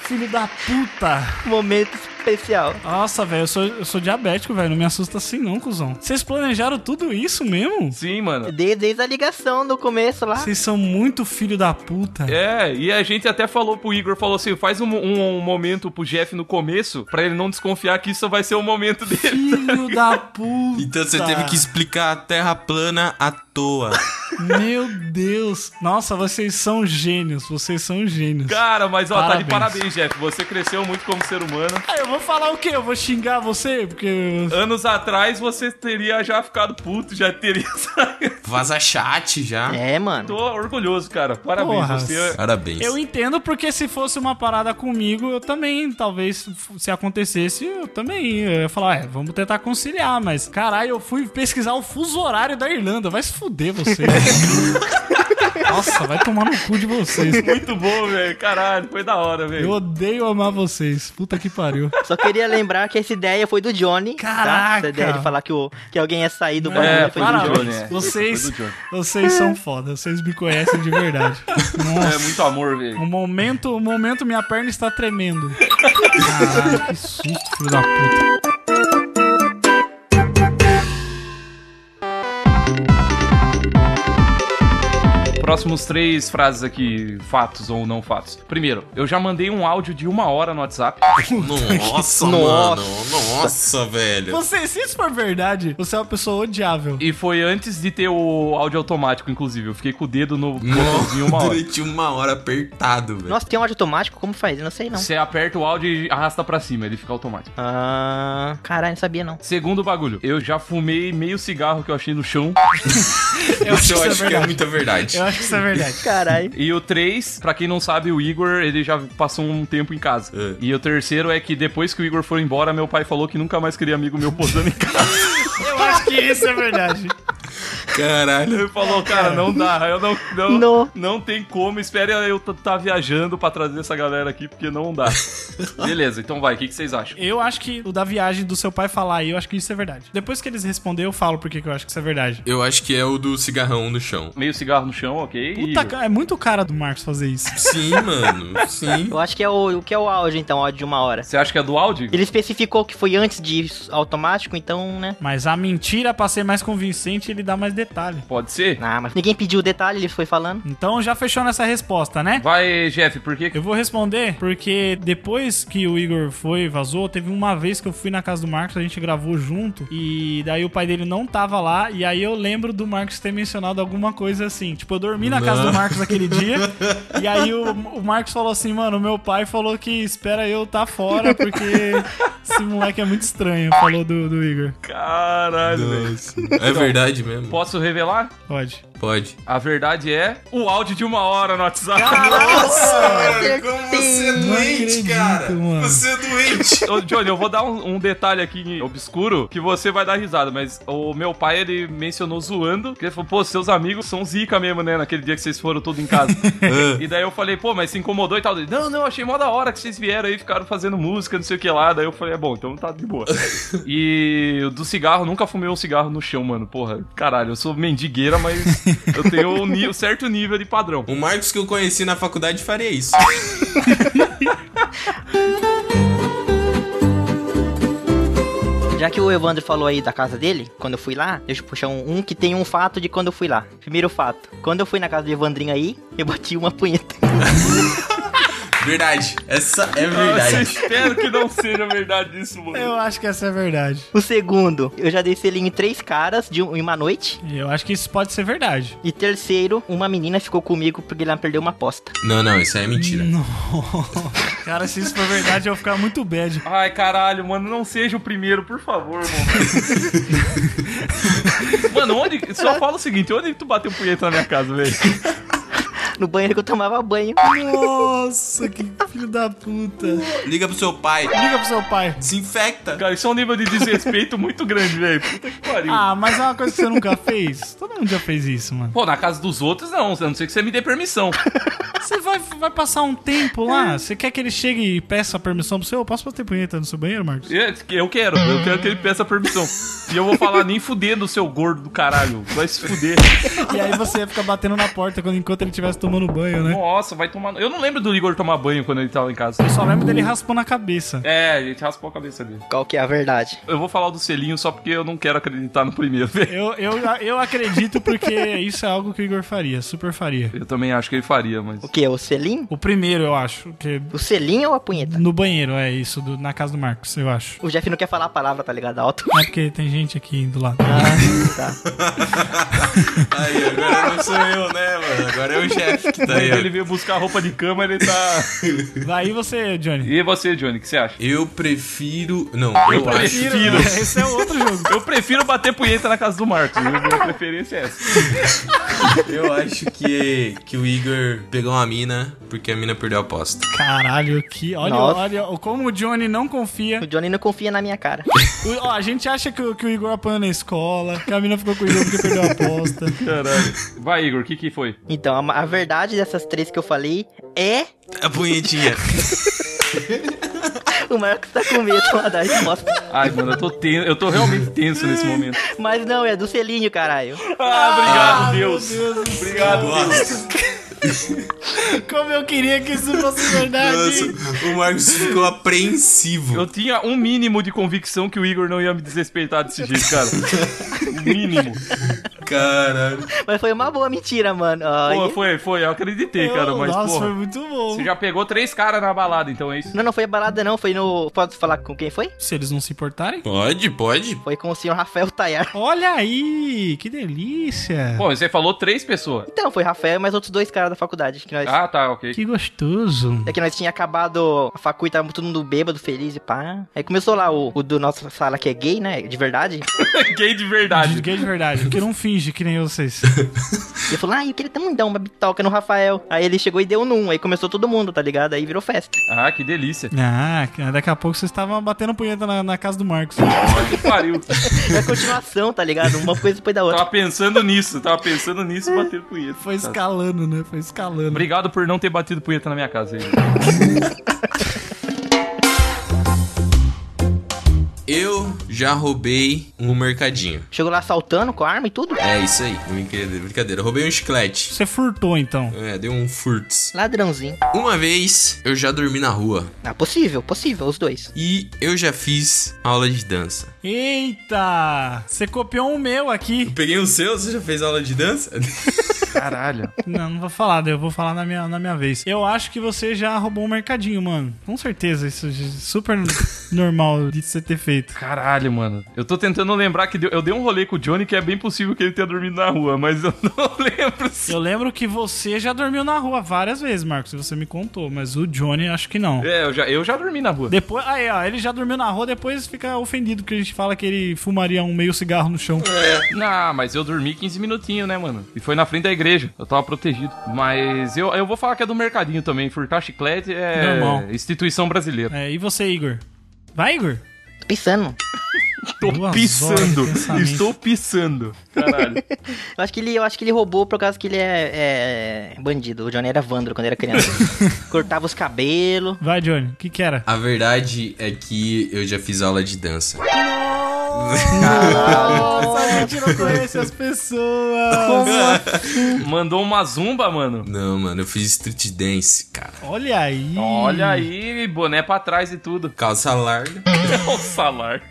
Speaker 1: Filho da puta.
Speaker 2: Momento especial.
Speaker 1: Nossa, velho, eu sou, eu sou diabético, velho. Não me assusta assim não, cuzão. Vocês planejaram tudo isso mesmo?
Speaker 3: Sim, mano.
Speaker 2: Desde, desde a ligação do começo lá.
Speaker 1: Vocês são muito filho da puta.
Speaker 3: É, e a gente até falou pro Igor, falou assim, faz um, um- um momento pro Jeff no começo, pra ele não desconfiar que isso vai ser o momento dele.
Speaker 1: Filho da puta.
Speaker 4: Então você teve que explicar a terra plana à toa.
Speaker 1: Meu Deus. Nossa, vocês são gênios. Vocês são gênios.
Speaker 3: Cara, mas ó, tá de
Speaker 1: Parabéns.
Speaker 3: parabéns, Jeff, você cresceu muito como ser humano.
Speaker 1: Ah, eu vou falar o quê? Eu vou xingar você? Porque. eu-
Speaker 3: Anos atrás você teria já ficado puto, já teria <laughs> saído.
Speaker 4: Vaza chat já.
Speaker 2: É, mano.
Speaker 3: Tô orgulhoso, cara. Parabéns,
Speaker 1: Porra.
Speaker 3: você...
Speaker 4: Parabéns.
Speaker 1: Eu entendo porque se fosse uma parada comigo, eu também, talvez, f- se acontecesse, eu também eu ia falar, é, vamos tentar conciliar, mas caralho, eu fui pesquisar o fuso horário da Irlanda, vai se fuder você. Nossa, vai tomar no cu de vocês.
Speaker 3: é Muito bom, velho. Caralho, foi da hora,
Speaker 1: Eu
Speaker 3: velho.
Speaker 1: odeio amar vocês. Puta que pariu.
Speaker 2: Só queria lembrar que essa ideia foi do Johnny. tá?
Speaker 1: Caraca.
Speaker 2: Essa ideia de falar que, o, que alguém ia sair do bagulho
Speaker 3: É,
Speaker 2: foi
Speaker 3: para-
Speaker 2: do Johnny.
Speaker 3: Johnny,
Speaker 1: Parabéns.
Speaker 3: é.
Speaker 1: Vocês,
Speaker 3: Foi do Johnny.
Speaker 1: vocês são foda. Vocês me conhecem de verdade.
Speaker 3: É
Speaker 1: Nossa.
Speaker 3: muito amor, velho.
Speaker 1: O momento, o momento, minha perna está tremendo. Caralho, que susto, filho da puta.
Speaker 3: Próximos três frases aqui, fatos ou não fatos. Primeiro, eu já mandei um áudio de uma hora no WhatsApp.
Speaker 4: Nossa, mano. Nossa, velho.
Speaker 1: Você, se isso for verdade, você é uma pessoa odiável.
Speaker 3: E foi antes de ter o áudio automático, inclusive. Eu fiquei com o dedo no botãozinho uma <laughs>
Speaker 4: Mano,
Speaker 3: hora.
Speaker 4: durante uma hora apertado, velho.
Speaker 2: Nossa, tem um áudio automático? Como faz? Eu não sei, não.
Speaker 3: Você aperta o áudio e arrasta pra cima, ele fica automático.
Speaker 2: Ah, caralho, não sabia, não.
Speaker 3: Segundo bagulho, eu já fumei meio cigarro que eu achei no chão.
Speaker 1: Eu acho
Speaker 4: Isso eu
Speaker 1: que
Speaker 4: acho
Speaker 1: isso é
Speaker 4: que é
Speaker 1: verdade.
Speaker 4: muita verdade.
Speaker 1: Eu acho que isso é verdade.
Speaker 2: Caralho.
Speaker 3: E o três, pra quem não sabe, o Igor, ele já passou um tempo em casa.
Speaker 4: É.
Speaker 3: E o terceiro é que depois que o Igor foi embora, meu pai falou que nunca mais queria amigo meu posando em casa.
Speaker 1: Eu acho que isso é verdade.
Speaker 4: Caralho.
Speaker 3: Ele falou, cara, não dá, eu não, não,
Speaker 2: Não.
Speaker 3: não. tem como, espere eu t- tá viajando pra trazer essa galera aqui, porque não dá. <laughs> Beleza, então vai, o que, que vocês acham?
Speaker 1: Eu acho que o da viagem do seu pai falar aí, eu acho que isso é verdade. Depois que eles responderem, eu falo porque que eu acho que isso é verdade.
Speaker 4: Eu acho que é o do cigarrão no chão.
Speaker 3: Meio cigarro no chão, ok?
Speaker 1: Puta,
Speaker 3: E-
Speaker 1: ca- é muito cara do Marcos fazer isso.
Speaker 4: Sim, mano. <laughs> Sim.
Speaker 2: Eu acho que é o, o que é o áudio, então, áudio de uma hora.
Speaker 3: Você acha que é do áudio?
Speaker 2: Ele especificou que foi antes de automático, então, né?
Speaker 1: Mas a mentira, pra ser mais convincente, ele dá mais detalhe.
Speaker 3: Pode ser?
Speaker 2: Ah, mas ninguém pediu detalhe, ele foi falando.
Speaker 1: Então já fechou nessa resposta, né?
Speaker 3: Vai, Jeff, por que...
Speaker 1: Eu vou responder porque depois que o Igor foi e vazou, teve uma vez que eu fui na casa do Marcos, a gente gravou junto e daí o pai dele não tava lá e aí eu lembro do Marcos ter mencionado alguma coisa assim. Tipo, eu dormi na casa do Marcos aquele dia e aí o, o Marcos falou assim, mano, meu pai falou que espera eu tá fora porque esse moleque é muito estranho, falou do, do Igor.
Speaker 3: Caralho, velho.
Speaker 4: Nossa. É verdade mesmo.
Speaker 3: Posso revelar?
Speaker 1: Pode.
Speaker 4: Pode.
Speaker 3: A verdade é o áudio de uma hora no WhatsApp.
Speaker 1: acredito, mano.
Speaker 4: Cara, como você é é <laughs> doente.
Speaker 3: Ô, Johnny, eu vou dar um, um detalhe aqui obscuro que você vai dar risada, mas o meu pai, ele mencionou zoando, que ele falou, pô, seus amigos são zica mesmo, né, naquele dia que vocês foram todos em <laughs> casa.
Speaker 4: Ah.
Speaker 3: e daí eu falei, pô, mas se incomodou e tal. Ele, não, não, achei mó da hora que vocês vieram aí, ficaram fazendo música, não sei o que lá. Daí eu falei, é bom, então tá de
Speaker 4: <laughs>
Speaker 3: boa. e do cigarro, nunca fumei um cigarro no chão, mano, porra. Caralho, eu sou mendigueira, mas eu tenho um ni- um certo nível de padrão.
Speaker 4: O Marcos que eu conheci na faculdade faria isso.
Speaker 2: Já que o Evandro falou aí da casa dele, quando eu fui lá, deixa eu puxar um, um que tem um fato de quando eu fui lá. Primeiro fato, quando eu fui na casa do Evandrinho aí, eu bati uma punheta.
Speaker 4: Verdade. Essa é
Speaker 3: Eu
Speaker 4: verdade.
Speaker 3: espero que não seja verdade isso, mano.
Speaker 1: Eu acho que essa é verdade.
Speaker 2: O segundo, eu já dei selinho em três caras de um- em uma noite.
Speaker 1: Eu acho que isso pode ser verdade.
Speaker 2: E terceiro, uma menina ficou comigo porque ela perdeu uma aposta.
Speaker 4: Não, não, isso aí é mentira.
Speaker 1: Nossa. Cara, se isso for verdade, eu vou ficar muito bad.
Speaker 3: Ai, caralho, mano, não seja o primeiro, por favor,
Speaker 4: <laughs>
Speaker 3: mano. mano, onde. Só fala o seguinte, onde tu bateu punheta na minha casa, velho?
Speaker 2: No banheiro que eu tomava banho.
Speaker 1: Nossa, que filho da puta.
Speaker 4: Liga pro seu pai.
Speaker 1: Liga pro seu pai.
Speaker 4: Se infecta.
Speaker 3: Cara, isso é um nível de desrespeito muito grande, velho. Puta que pariu.
Speaker 1: Ah, mas é uma coisa que você nunca fez? Todo mundo já fez isso, mano.
Speaker 3: Pô, na casa dos outros não, a não ser que você me dê permissão. <laughs>
Speaker 1: Você vai, vai passar um tempo lá? Você quer que ele chegue e peça permissão pro seu? Eu posso bater punheta no seu banheiro, Marcos?
Speaker 3: Eu eu quero, eu quero É, que ele peça permissão. E eu vou falar nem fudendo, seu gordo do caralho. Vai se fuder.
Speaker 1: E aí você ia ficar batendo na porta quando, enquanto ele estivesse tomando banho, né?
Speaker 3: Nossa, vai tomar. Eu não lembro do Igor tomar banho quando ele tava em casa.
Speaker 1: Eu só lembro dele raspando a cabeça.
Speaker 3: É, a gente raspou a cabeça dele.
Speaker 2: Qual que é a verdade?
Speaker 3: Eu vou falar do selinho só porque eu não quero acreditar no primeiro, velho.
Speaker 1: Eu, eu, eu acredito porque isso é algo que o Igor faria, super faria.
Speaker 3: Eu também acho que ele faria, mas.
Speaker 2: O que? O selinho?
Speaker 1: O primeiro, eu acho, que
Speaker 2: O selinho ou a punheta?
Speaker 1: no banheiro, é isso, do- na casa do Marcos, eu acho.
Speaker 2: O Jeff não quer falar a palavra, tá ligado?
Speaker 3: <laughs>
Speaker 2: Alto.
Speaker 1: É porque tem gente aqui do lado.
Speaker 2: Ah,
Speaker 4: Aí, agora não sou eu, né, mano? Agora é o chefe que tá aí.
Speaker 3: Aí
Speaker 4: ó.
Speaker 3: ele veio buscar roupa de cama, ele tá.
Speaker 1: Daí você, Johnny.
Speaker 3: E você, Johnny, o que você acha?
Speaker 4: Eu prefiro. Não, eu acho.
Speaker 3: prefiro.
Speaker 1: Esse é
Speaker 3: <laughs>
Speaker 1: outro jogo.
Speaker 3: Eu prefiro bater punheta na casa do Marcos. viu? Minha preferência é essa.
Speaker 4: Eu acho que, que o Igor pegou uma mina porque a mina perdeu a aposta.
Speaker 1: Caralho, que. Olha,
Speaker 2: Nossa.
Speaker 1: olha, como o Johnny não confia.
Speaker 2: o Johnny não confia na minha cara.
Speaker 1: O- ó, a gente acha que, o- que o Igor apanhou na escola, que a mina ficou com o Igor porque perdeu a
Speaker 3: <laughs>
Speaker 1: aposta.
Speaker 3: Caralho. Vai, Igor, o que, que foi?
Speaker 2: Então, a, a verdade dessas três que eu falei é
Speaker 4: A punhetinha.
Speaker 2: o Marcos tá com medo lá da resposta.
Speaker 3: Ai, mano, eu tô, ten... eu tô realmente tenso nesse momento.
Speaker 2: Mas não, é do selinho, caralho.
Speaker 3: Ah, obrigado, Deus. Obrigado, Deus.
Speaker 4: Nossa,
Speaker 1: Como eu queria que isso fosse verdade.
Speaker 4: nossa, o Marcos ficou apreensivo.
Speaker 3: Eu tinha um mínimo de convicção que o Igor não ia me desrespeitar desse jeito, cara. O mínimo.
Speaker 4: Caralho.
Speaker 2: Mas foi uma boa mentira, mano. Ai.
Speaker 3: Pô, foi, foi, eu acreditei, cara, mas
Speaker 1: Nossa, foi
Speaker 3: porra.
Speaker 1: muito bom.
Speaker 3: Você já pegou três caras na balada, então é isso?
Speaker 2: Não, não foi balada, não. Foi no. Posso falar com quem foi?
Speaker 1: Se eles não se importarem.
Speaker 4: Pode, pode.
Speaker 2: Foi com o senhor Rafael Tayar.
Speaker 1: Olha aí, que delícia.
Speaker 3: Pô, você falou três pessoas.
Speaker 2: Então, foi Rafael e mais outros dois caras da faculdade. Que nós,
Speaker 3: Ah, tá, ok.
Speaker 1: Que gostoso.
Speaker 2: É que nós tinha acabado a facu e tava todo mundo bêbado, feliz e pá. Aí começou lá o, o do nossa sala que é gay, né? De verdade.
Speaker 3: Gay de verdade.
Speaker 1: Gay de verdade, que não finge que nem
Speaker 3: <laughs>
Speaker 1: vocês.
Speaker 2: Ele falou, ah, eu queria também dar uma bitoca no Rafael. Aí ele chegou e deu num, aí começou todo mundo, tá ligado? Aí virou festa.
Speaker 3: Ah, que delícia.
Speaker 1: ah, cara, daqui a pouco vocês estavam batendo punheta na, na casa do Marcos.
Speaker 3: Que pariu.
Speaker 2: É a continuação, tá ligado? Uma coisa depois da outra.
Speaker 3: Tava pensando nisso, tava pensando nisso e bater punheta. Tá.
Speaker 1: Foi escalando, né? Foi escalando.
Speaker 3: Obrigado por não ter batido punheta na minha casa aí.
Speaker 4: Eu já roubei um mercadinho.
Speaker 2: Chegou lá saltando com a arma e tudo.
Speaker 4: É isso aí. Brincadeira, brincadeira. Roubei um chiclete.
Speaker 1: Você furtou, então.
Speaker 4: É, deu um furts.
Speaker 2: Ladrãozinho.
Speaker 4: Uma vez eu já dormi na rua
Speaker 2: Ah, possível, possível, os dois.
Speaker 4: e eu já fiz aula de dança.
Speaker 1: Eita! Você copiou o meu aqui.
Speaker 4: Eu peguei o seu, você já fez aula de dança?
Speaker 3: Caralho.
Speaker 1: Não, não vou falar, eu vou falar na minha, na minha vez. Eu acho que você já roubou um mercadinho, mano. Com certeza, isso é super <laughs> normal de você ter feito.
Speaker 3: Caralho, mano. Eu tô tentando lembrar que deu- eu dei um rolê com o Johnny que é bem possível que ele tenha dormido na rua, mas eu <laughs> não lembro se.
Speaker 1: Eu lembro que você já dormiu na rua várias vezes, Marcos, você me contou, mas o Johnny acho que não.
Speaker 3: É, eu já, eu já dormi na rua.
Speaker 1: Depois, aí, ó, ele já dormiu na rua, depois fica ofendido que a gente fala que ele fumaria um meio cigarro no chão.
Speaker 3: Não, mas eu dormi 15 minutinhos, né, mano? E foi na frente da igreja. Eu tava protegido. Mas eu, eu vou falar que é do mercadinho também. Furtar chiclete é
Speaker 1: Normal.
Speaker 3: instituição brasileira.
Speaker 1: É, e você, Igor? Vai, Igor?
Speaker 2: Tô pensando.
Speaker 3: Tô
Speaker 1: É, Duas
Speaker 3: pisando.
Speaker 1: horas de pensamento.
Speaker 3: Estou pisando. Caralho.
Speaker 2: Eu acho que ele, eu acho que ele roubou por causa que ele é, é bandido. O Johnny era vândalo quando era criança. Cortava os cabelos.
Speaker 1: Vai, Johnny. O que que era?
Speaker 4: A verdade é que eu já fiz aula de dança.
Speaker 1: Nossa, a gente não conhece as pessoas.
Speaker 3: Mandou uma zumba, mano.
Speaker 4: Não, mano, eu fiz street dance, cara.
Speaker 1: Olha aí.
Speaker 3: Olha aí, boné pra trás e tudo. <laughs>
Speaker 4: Calça larga.
Speaker 3: o salário.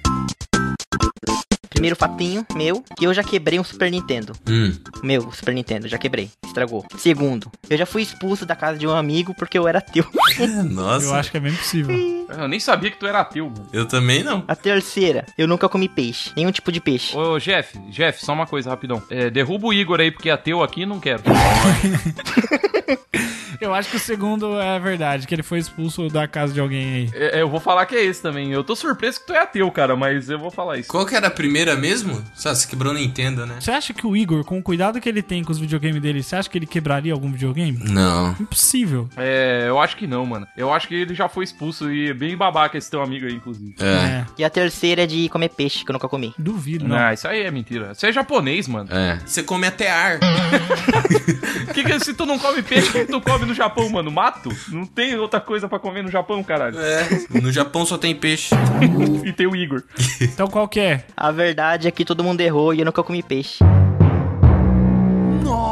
Speaker 2: Primeiro fatinho, meu. E eu já quebrei um Super Nintendo.
Speaker 4: Hum.
Speaker 2: Meu, Super Nintendo, já quebrei. Estragou. Segundo, eu já fui expulso da casa de um amigo porque eu era ateu.
Speaker 4: <laughs> Nossa.
Speaker 1: Eu
Speaker 4: Eu,
Speaker 1: acho que é bem possível.
Speaker 3: Eu nem sabia que tu era ateu, mano.
Speaker 4: também não.
Speaker 2: A terceira, eu nunca comi peixe. Nenhum tipo de peixe.
Speaker 3: Ô, Jeff, Jeff, só uma coisa, rapidão. É, derruba o Igor aí, porque ateu aqui não quero.
Speaker 1: Eu acho que o segundo é verdade, que ele foi expulso da casa de alguém aí.
Speaker 3: É, eu vou falar que é esse também. Eu tô surpreso que tu é ateu, cara, mas eu vou falar isso.
Speaker 4: Qual que era a primeira mesmo? Só, você quebrou Nintendo, né?
Speaker 1: Você acha que o Igor, com o cuidado que ele tem com os videogames dele, você acha que ele quebraria algum videogame?
Speaker 4: Não.
Speaker 1: Impossível.
Speaker 3: É, eu acho que não, mano. Eu acho que ele já foi expulso e é bem babaca esse teu amigo aí, inclusive.
Speaker 4: É.
Speaker 1: É.
Speaker 2: E a terceira é de comer peixe, que eu nunca comi.
Speaker 1: Duvido, não.
Speaker 3: Ah, isso aí é mentira. Você é japonês, mano.
Speaker 4: É. Você come até ar.
Speaker 3: Que que- se tu não come peixe, o que que tu come no Japão, mano? Mato? Não tem outra coisa pra comer no Japão, caralho.
Speaker 4: É. No Japão só tem peixe.
Speaker 3: E tem o Igor.
Speaker 1: Então qual que é?
Speaker 2: A verdade é que todo mundo errou e eu nunca comi peixe.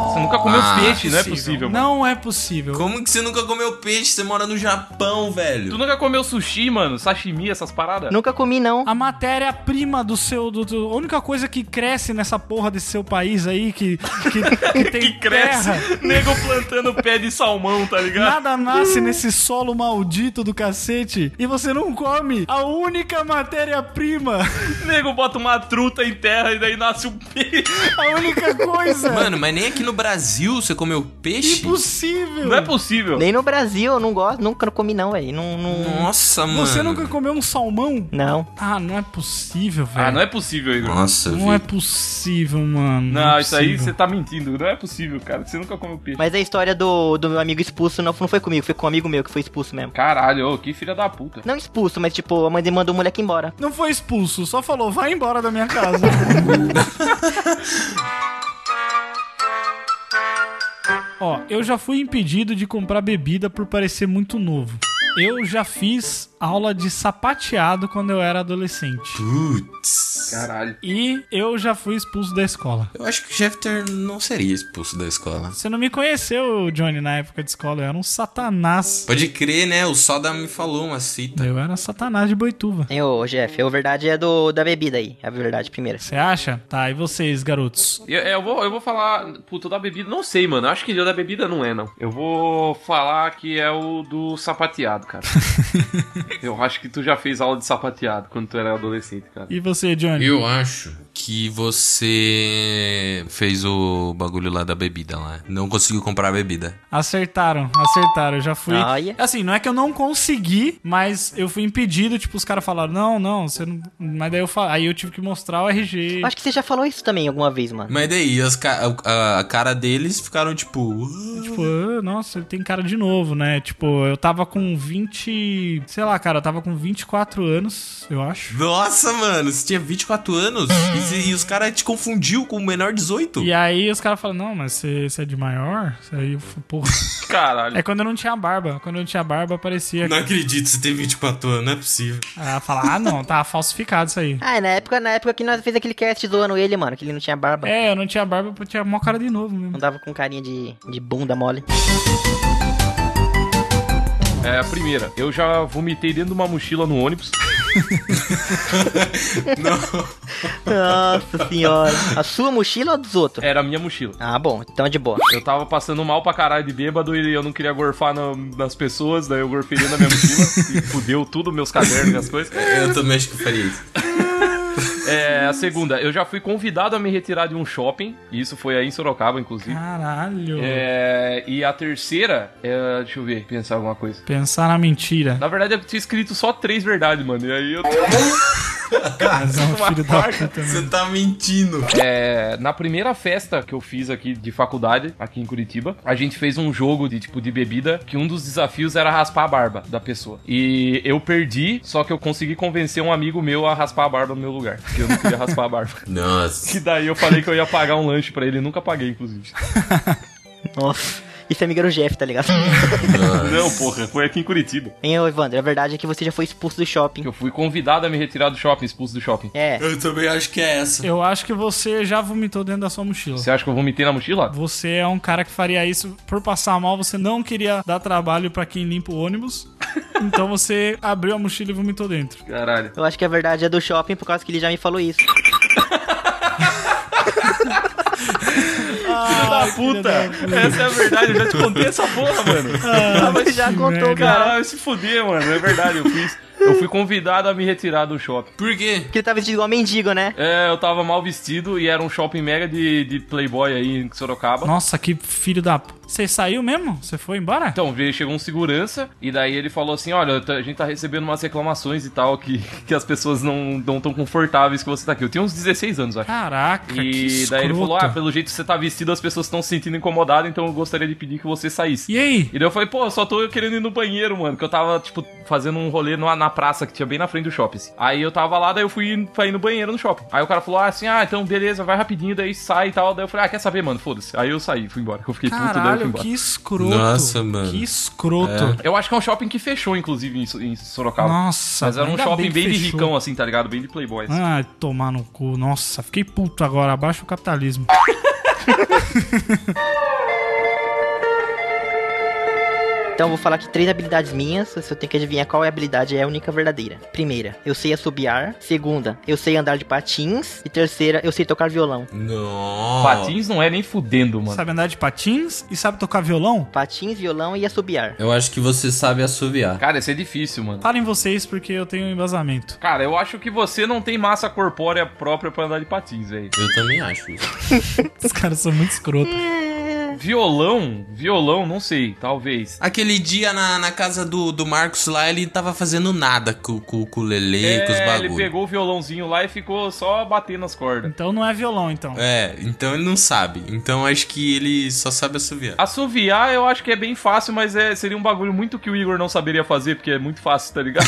Speaker 3: Você nunca comeu
Speaker 4: Ah,
Speaker 3: peixe, não é
Speaker 4: possível.
Speaker 3: possível, mano.
Speaker 1: Não é possível.
Speaker 4: Como que você nunca comeu peixe? Você mora no Japão,
Speaker 3: Tu
Speaker 4: velho.
Speaker 3: nunca comeu sushi, mano? Sashimi, essas paradas?
Speaker 2: Nunca comi, não.
Speaker 1: A matéria-prima do seu. do- do- a única coisa que cresce nessa porra desse seu país aí, que, que,
Speaker 3: <laughs>
Speaker 1: que tem
Speaker 3: que cresce.
Speaker 1: terra.
Speaker 3: Nego plantando pé de salmão, tá ligado?
Speaker 1: Nada nasce nesse solo maldito do cacete e você não come a única matéria-prima,
Speaker 3: Nego bota uma truta em terra e daí nasce um peixe.
Speaker 1: a única coisa
Speaker 4: Mano, mas nem aqui no Brasil você comeu peixe?
Speaker 1: impossível.
Speaker 3: Não é possível.
Speaker 2: Nem no Brasil, eu não gosto, nunca não comi, não, velho. Não, não,
Speaker 4: Nossa, mano.
Speaker 1: Você nunca comeu um salmão?
Speaker 2: não.
Speaker 1: Ah, não é possível, velho.
Speaker 3: Ah, não é possível, Igor.
Speaker 4: Nossa,
Speaker 1: Não é
Speaker 4: velho.
Speaker 1: possível, mano.
Speaker 3: Não,
Speaker 1: é
Speaker 3: isso aí você
Speaker 1: possível.
Speaker 3: tá mentindo. Não é possível, cara. Você nunca comeu peixe.
Speaker 2: Mas a história do, do meu amigo expulso não, não foi comigo, foi com um amigo meu que foi expulso mesmo.
Speaker 3: Caralho, ô, que filha da puta.
Speaker 2: Não expulso, mas tipo, a mãe dele mandou o moleque embora.
Speaker 1: Não foi expulso, só falou, vai embora da minha casa. <laughs> Ó, eu já fui impedido de comprar bebida por parecer muito novo. Eu já fiz aula de sapateado quando eu era adolescente.
Speaker 4: Putz.
Speaker 3: Caralho.
Speaker 1: E eu já fui expulso da escola.
Speaker 4: Eu acho que o Jeffter não seria expulso da escola.
Speaker 1: Você não me conheceu, Johnny, na época de escola. Eu era um satanás.
Speaker 4: Pode crer, né? O Soda me falou uma cita.
Speaker 1: Eu era satanás de boituva.
Speaker 2: Hein, ô, Jeff, a verdade é do da bebida aí. A verdade primeira.
Speaker 1: Você acha? Tá, e vocês, garotos?
Speaker 6: Eu, eu vou, eu vou falar. Puta, o da bebida. Não sei, mano. Acho que o da bebida não é, não. Eu vou falar que é o do sapateado.
Speaker 3: sapateado, cara. eu acho que tu já fez aula de sapateado quando tu era adolescente, cara.
Speaker 1: E você, Johnny?
Speaker 4: Eu acho que você fez o bagulho lá da bebida lá. Não conseguiu comprar a bebida.
Speaker 1: Acertaram, acertaram. Eu já fui.
Speaker 2: Olha.
Speaker 1: Assim, não é que eu não consegui, mas eu fui impedido. Tipo, os caras falaram: não, não, você não. Mas daí eu fa... aí eu tive que mostrar o RG.
Speaker 2: Acho que você já falou isso também alguma vez, mano.
Speaker 4: Mas daí, as ca- a, a cara deles ficaram tipo.
Speaker 1: Tipo, "Ah, nossa, ele tem cara de novo, né? Tipo, eu tava com 20. Sei lá, cara, eu tava com 24 anos, eu acho.
Speaker 4: "Ah, Nossa, mano, você tinha 24 anos e, se- e os caras te confundiu com o menor 18?
Speaker 1: E aí os caras falam, não, mas você você é de maior? Isso Aí eu falei, porra. <laughs>
Speaker 3: Caralho.
Speaker 1: É quando eu não tinha barba. Quando eu não tinha barba, aparecia.
Speaker 4: Não acredito, você tem 24 anos, não é possível.
Speaker 1: Ah, falar, ah, não, tá falsificado isso aí.
Speaker 2: Ah, na época, na época que nós fez aquele cast zoando ele, mano, que ele não tinha barba.
Speaker 1: É, eu não tinha barba, eu tinha mó cara de novo mesmo.
Speaker 2: Andava com carinha de, de bunda mole.
Speaker 3: É, a primeira, eu já vomitei dentro de uma mochila no ônibus.
Speaker 2: Nossa senhora. A sua mochila ou a dos outros?
Speaker 3: Era a minha mochila.
Speaker 2: Ah, bom, então é de boa.
Speaker 3: Eu tava passando mal pra caralho de bêbado e eu não queria gorfar na- nas pessoas, daí eu gorfei dentro da minha mochila e fudeu tudo, meus cadernos, minhas coisas.
Speaker 4: Eu também acho que eu faria isso.
Speaker 3: É, a segunda, eu já fui convidado a me retirar de um shopping, e isso foi aí em Sorocaba, inclusive.
Speaker 1: Caralho.
Speaker 3: É, e a terceira, é, deixa eu ver, pensar alguma coisa.
Speaker 1: Pensar na mentira.
Speaker 3: <laughs> Na verdade, eu tinha escrito só três verdades, mano. E aí eu.
Speaker 1: Mas é um
Speaker 3: Ah, uma
Speaker 1: filho da
Speaker 3: quarta.
Speaker 1: puta,
Speaker 4: Você
Speaker 1: mano.
Speaker 4: tá mentindo.
Speaker 3: É, na primeira festa que eu fiz aqui de faculdade, aqui em Curitiba, a gente fez um jogo de tipo de bebida que um dos desafios era raspar a barba da pessoa. E eu perdi, só que eu consegui convencer um amigo meu a raspar a barba no meu lugar. Porque eu não queria raspar a barba. <laughs>
Speaker 4: Nossa.
Speaker 3: E daí eu falei que eu ia pagar um lanche pra ele, nunca paguei, inclusive.
Speaker 2: Nossa. Isso é amigo do Jeff, tá <laughs> ligado?
Speaker 3: Não, porra, foi aqui em Curitiba.
Speaker 2: Hein, ô Evandro, a verdade é que você já foi expulso do shopping.
Speaker 3: Eu fui convidado a me retirar do shopping, expulso do shopping.
Speaker 2: É.
Speaker 4: Eu também acho que é essa.
Speaker 1: Eu acho que você já vomitou dentro da sua mochila.
Speaker 3: Você acha que eu vomitei na mochila?
Speaker 1: Você é um cara que faria isso por passar mal, você não queria dar trabalho pra quem limpa o
Speaker 3: <laughs>
Speaker 1: ônibus. Então você abriu a mochila e vomitou dentro.
Speaker 3: Caralho.
Speaker 2: Eu acho que a verdade é do shopping por causa que ele já me falou <laughs> isso.
Speaker 1: Ah,
Speaker 3: Puta, essa é a verdade, eu já te contei essa porra, mano.
Speaker 1: Ah,
Speaker 2: mas já
Speaker 1: que
Speaker 2: contou,
Speaker 1: merda.
Speaker 2: cara.
Speaker 3: Caralho, se fuder, mano. É verdade, eu fiz. Eu fui convidado a me retirar do shopping.
Speaker 4: Por quê?
Speaker 2: Porque ele tá vestido igual mendigo, né?
Speaker 3: É, eu tava mal vestido e era um shopping mega de, de playboy aí em Sorocaba.
Speaker 1: Nossa, que filho da. p- Você saiu mesmo? Você foi embora?
Speaker 3: Então, veio, chegou um segurança e daí ele falou assim: Olha, eu tô- a gente tá recebendo umas reclamações e tal que, que as pessoas não não tão confortáveis que você tá aqui. Eu tinha uns 16 anos, acho.
Speaker 1: Caraca, que
Speaker 3: E
Speaker 1: escroto.
Speaker 3: daí ele falou: Ah, pelo jeito que você tá vestido, as pessoas estão se sentindo incomodadas, então eu gostaria de pedir que você saísse.
Speaker 1: E aí?
Speaker 3: E daí eu falei, pô, eu só tô querendo ir no banheiro, mano. Que eu tava, tipo, fazendo um rolê na, na praça que tinha bem na frente do shopping. assim. Aí eu tava lá, daí eu fui pra ir no banheiro no shopping. Aí o cara falou, ah, assim, ah, então beleza, vai rapidinho, daí sai e tal. Daí eu falei, ah, quer saber, mano? Foda-se. Aí eu saí, fui embora. Eu fiquei puto, daí eu fui
Speaker 1: Caralho,
Speaker 3: embora.
Speaker 1: que escroto.
Speaker 4: Nossa, mano.
Speaker 1: Que escroto.
Speaker 3: Eu acho que é um shopping que fechou, inclusive, em, So- em Sorocaba.
Speaker 1: Nossa,
Speaker 3: Mas era um
Speaker 1: ainda
Speaker 3: shopping
Speaker 1: que
Speaker 3: bem, de
Speaker 1: fechou.
Speaker 3: ricão, assim, tá ligado? Bem de playboy. assim.
Speaker 1: Ah, tomar no cu. Nossa, fiquei puto agora. Abaixa o capitalismo.
Speaker 2: Então eu vou falar aqui três habilidades minhas, se eu tenho que adivinhar qual é a habilidade é a única verdadeira. Primeira, eu sei assobiar. Segunda, eu sei andar de patins. E terceira, eu sei tocar violão.
Speaker 4: Nossa.
Speaker 3: Patins não é nem fudendo, mano.
Speaker 1: Ah. Sabe andar de patins e sabe tocar violão?
Speaker 2: Patins, violão e assobiar.
Speaker 4: Eu acho que você sabe assoviar.
Speaker 3: Cara, isso é difícil, mano.
Speaker 1: Falem vocês porque eu tenho um embasamento. <laughs>
Speaker 3: Cara, eu acho que você não tem massa corpórea própria pra andar de patins, velho.
Speaker 4: Eu também acho isso.
Speaker 1: Os caras são muito escrotos.
Speaker 3: Violão? Violão, não sei, talvez.
Speaker 4: Aquele dia na, na casa do, do Marcos lá, ele tava fazendo nada com, com, com o Lele, com os
Speaker 3: É, ele
Speaker 4: bagulhos.
Speaker 3: pegou o violãozinho lá e ficou só batendo as cordas.
Speaker 1: Então não é violão, então.
Speaker 4: É, então ele não sabe. Então acho que ele só sabe assoviar.
Speaker 3: Assoviar eu acho que é bem fácil, mas é, seria um bagulho muito que o Igor não saberia fazer, porque é muito fácil, tá
Speaker 4: <laughs>
Speaker 3: ligado?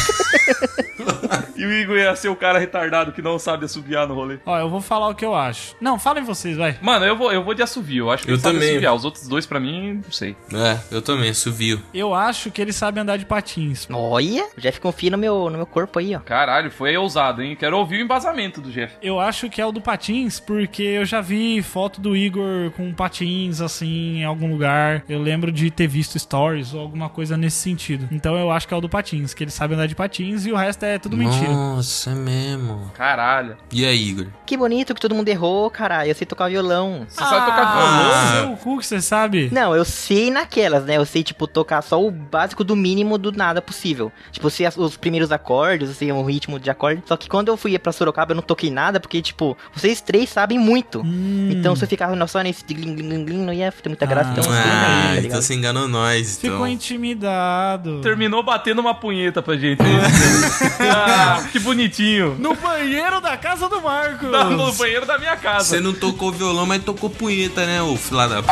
Speaker 3: e o Igor ia ser o cara retardado que não sabe assoviar no rolê.
Speaker 1: Ó, eu vou falar o que eu acho. Não, falem vocês, vai.
Speaker 3: Mano, eu vou, eu vou de assovio, eu acho que
Speaker 4: Eu
Speaker 3: ele sabe
Speaker 4: também.
Speaker 3: assoviar. Os outros dois pra mim, não sei.
Speaker 4: É, eu também, assovio.
Speaker 1: Eu acho que ele sabe andar de patins.
Speaker 2: Olha, o Jeff confia no meu, no meu corpo aí, ó.
Speaker 3: Caralho, foi ousado, hein? Quero ouvir o embasamento do Jeff.
Speaker 1: Eu acho que é o do patins, porque eu já vi foto do Igor com patins, assim, em algum lugar. Eu lembro de ter visto stories ou alguma coisa nesse sentido. Então eu acho que é o do patins, que ele sabe andar de patins e o resto é tudo mentira.
Speaker 4: Nossa, é mesmo.
Speaker 3: Caralho.
Speaker 4: E aí, Igor?
Speaker 2: Que bonito que todo mundo errou, cara. Eu sei tocar violão.
Speaker 1: Ah.
Speaker 3: Você sabe tocar violão?
Speaker 1: Seu cu que você sabe?
Speaker 2: Não, eu sei naquelas, né? Eu sei, tipo, tocar só o básico do mínimo do nada possível. Tipo, eu sei as- os primeiros acordes, eu sei o ritmo de acorde. Só que quando eu fui pra Sorocaba, eu não toquei nada, porque, tipo, vocês três sabem muito. Então, se eu ficava só nesse glim, glim, glim, glim, não ia ter muita graça. então, eu sei daí,
Speaker 4: Hum. Ah,
Speaker 2: tá
Speaker 4: então
Speaker 2: ligado?
Speaker 4: você enganou nós, então.
Speaker 1: Ficou intimidado.
Speaker 7: Terminou batendo uma punheta pra gente.
Speaker 4: <laughs>
Speaker 7: ah, que bonitinho.
Speaker 1: No banheiro da casa do Marcos.
Speaker 7: Tá no banheiro da minha casa.
Speaker 4: Você não tocou violão, mas tocou punheta, né, ô filha da p...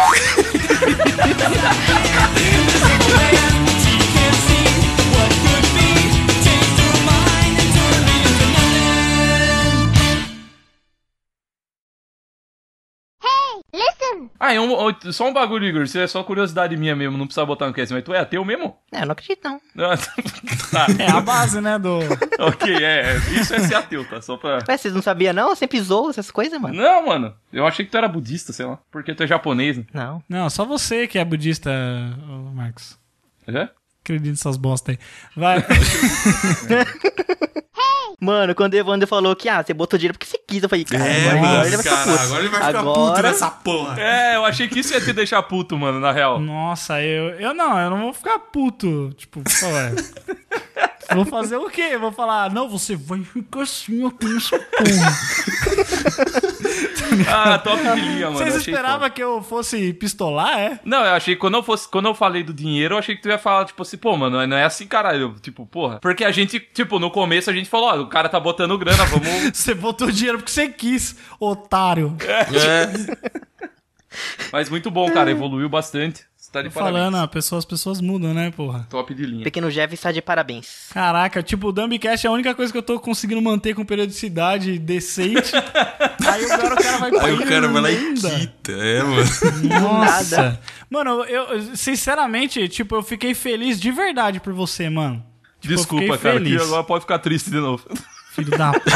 Speaker 3: Ah, é um, ó, só um bagulho, Igor. Isso é só curiosidade minha mesmo. Não precisa botar no cast, mas tu é ateu mesmo?
Speaker 2: É, eu não acredito, não.
Speaker 3: Ah, <laughs> tá.
Speaker 1: É a base, né, do...
Speaker 3: ok, é. Isso é ser ateu, tá? Só pra.
Speaker 2: Ué, vocês não sabiam, não? Eu sempre zoou essas coisas, mano.
Speaker 3: Não, mano. Eu achei que tu era budista, sei lá. Porque tu é japonês, né?
Speaker 2: Não.
Speaker 1: Não, só você que é budista, ô, Marcos.
Speaker 3: É?
Speaker 1: Acredito nessas bosta aí. Vai.
Speaker 2: Mano, quando o Evandro falou que, ah, você botou dinheiro porque você quis, eu falei, cara, agora, É, agora ele vai ficar puto.
Speaker 4: É, agora ele vai ficar puto nessa
Speaker 2: <laughs>
Speaker 4: porra.
Speaker 3: É, eu achei que isso ia te deixar puto, mano, na real.
Speaker 1: Nossa, eu, eu não, eu não vou ficar puto. Tipo, pô, é. Vou fazer o quê? Vou falar, "Ah, não, você vai ficar assim, eu tenho essa porra.
Speaker 3: Ah, top de linha, mano.
Speaker 1: Vocês
Speaker 3: achei
Speaker 1: esperavam que eu fosse pistolar, é?
Speaker 3: Não, eu achei que quando eu fosse, quando eu falei do dinheiro, eu achei que tu ia falar, tipo assim, pô, mano, não é assim, caralho. Tipo, porra. Porque a gente, tipo, no começo a gente falou, ó, o cara tá botando grana, vamos.
Speaker 1: Você botou dinheiro porque você quis, otário.
Speaker 4: É.
Speaker 3: Mas muito bom, cara, evoluiu bastante. Você tá de
Speaker 1: Tô
Speaker 3: parabéns.
Speaker 1: falando, a pessoa, as pessoas mudam, né, porra?
Speaker 3: Top de linha.
Speaker 2: Pequeno Jeff está de parabéns.
Speaker 1: Caraca, tipo, o Dumbcast é a única coisa que eu tô conseguindo manter com periodicidade decente. <laughs> Aí agora o cara vai pra
Speaker 4: Aí o cara vai lá e
Speaker 1: Irlanda.
Speaker 4: quita. É, mano.
Speaker 1: Nossa. Mano, eu, eu- sinceramente, tipo, eu fiquei feliz de verdade por você, mano. Tipo, eu
Speaker 3: Desculpa,
Speaker 1: fiquei
Speaker 3: cara, que
Speaker 1: feliz,
Speaker 3: agora pode ficar triste de
Speaker 1: <laughs>
Speaker 3: novo.
Speaker 1: Filho da puta.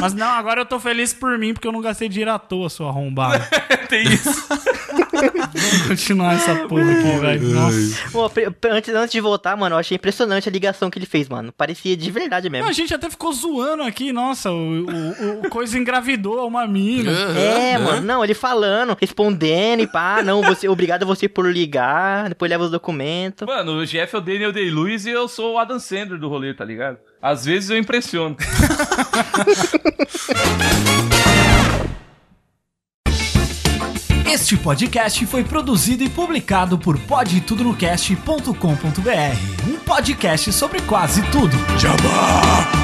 Speaker 1: Mas não, agora eu tô feliz por mim, porque eu não gastei dinheiro à toa, sua arrombada.
Speaker 3: Tem isso.
Speaker 1: Vamos continuar essa porra aqui, velho. Nossa.
Speaker 2: Pô, pre- pre- antes, antes de voltar, mano, eu achei impressionante a ligação que ele fez, mano. Parecia de verdade
Speaker 1: Não,
Speaker 2: mesmo.
Speaker 1: a gente até ficou zoando aqui, nossa, o, o- o coisa engravidou uma mina.
Speaker 2: É, mano, não, ele falando, respondendo e pá, não, você, obrigado a você por ligar, depois leva os documentos.
Speaker 3: Mano, o Jeff é o Daniel Day-Lewis e eu sou o Adam Sandler do rolê, tá ligado? Às vezes eu impressiono.
Speaker 8: Este podcast foi produzido e publicado por podtudonocast.com.br, um podcast sobre quase tudo.
Speaker 4: Jabá!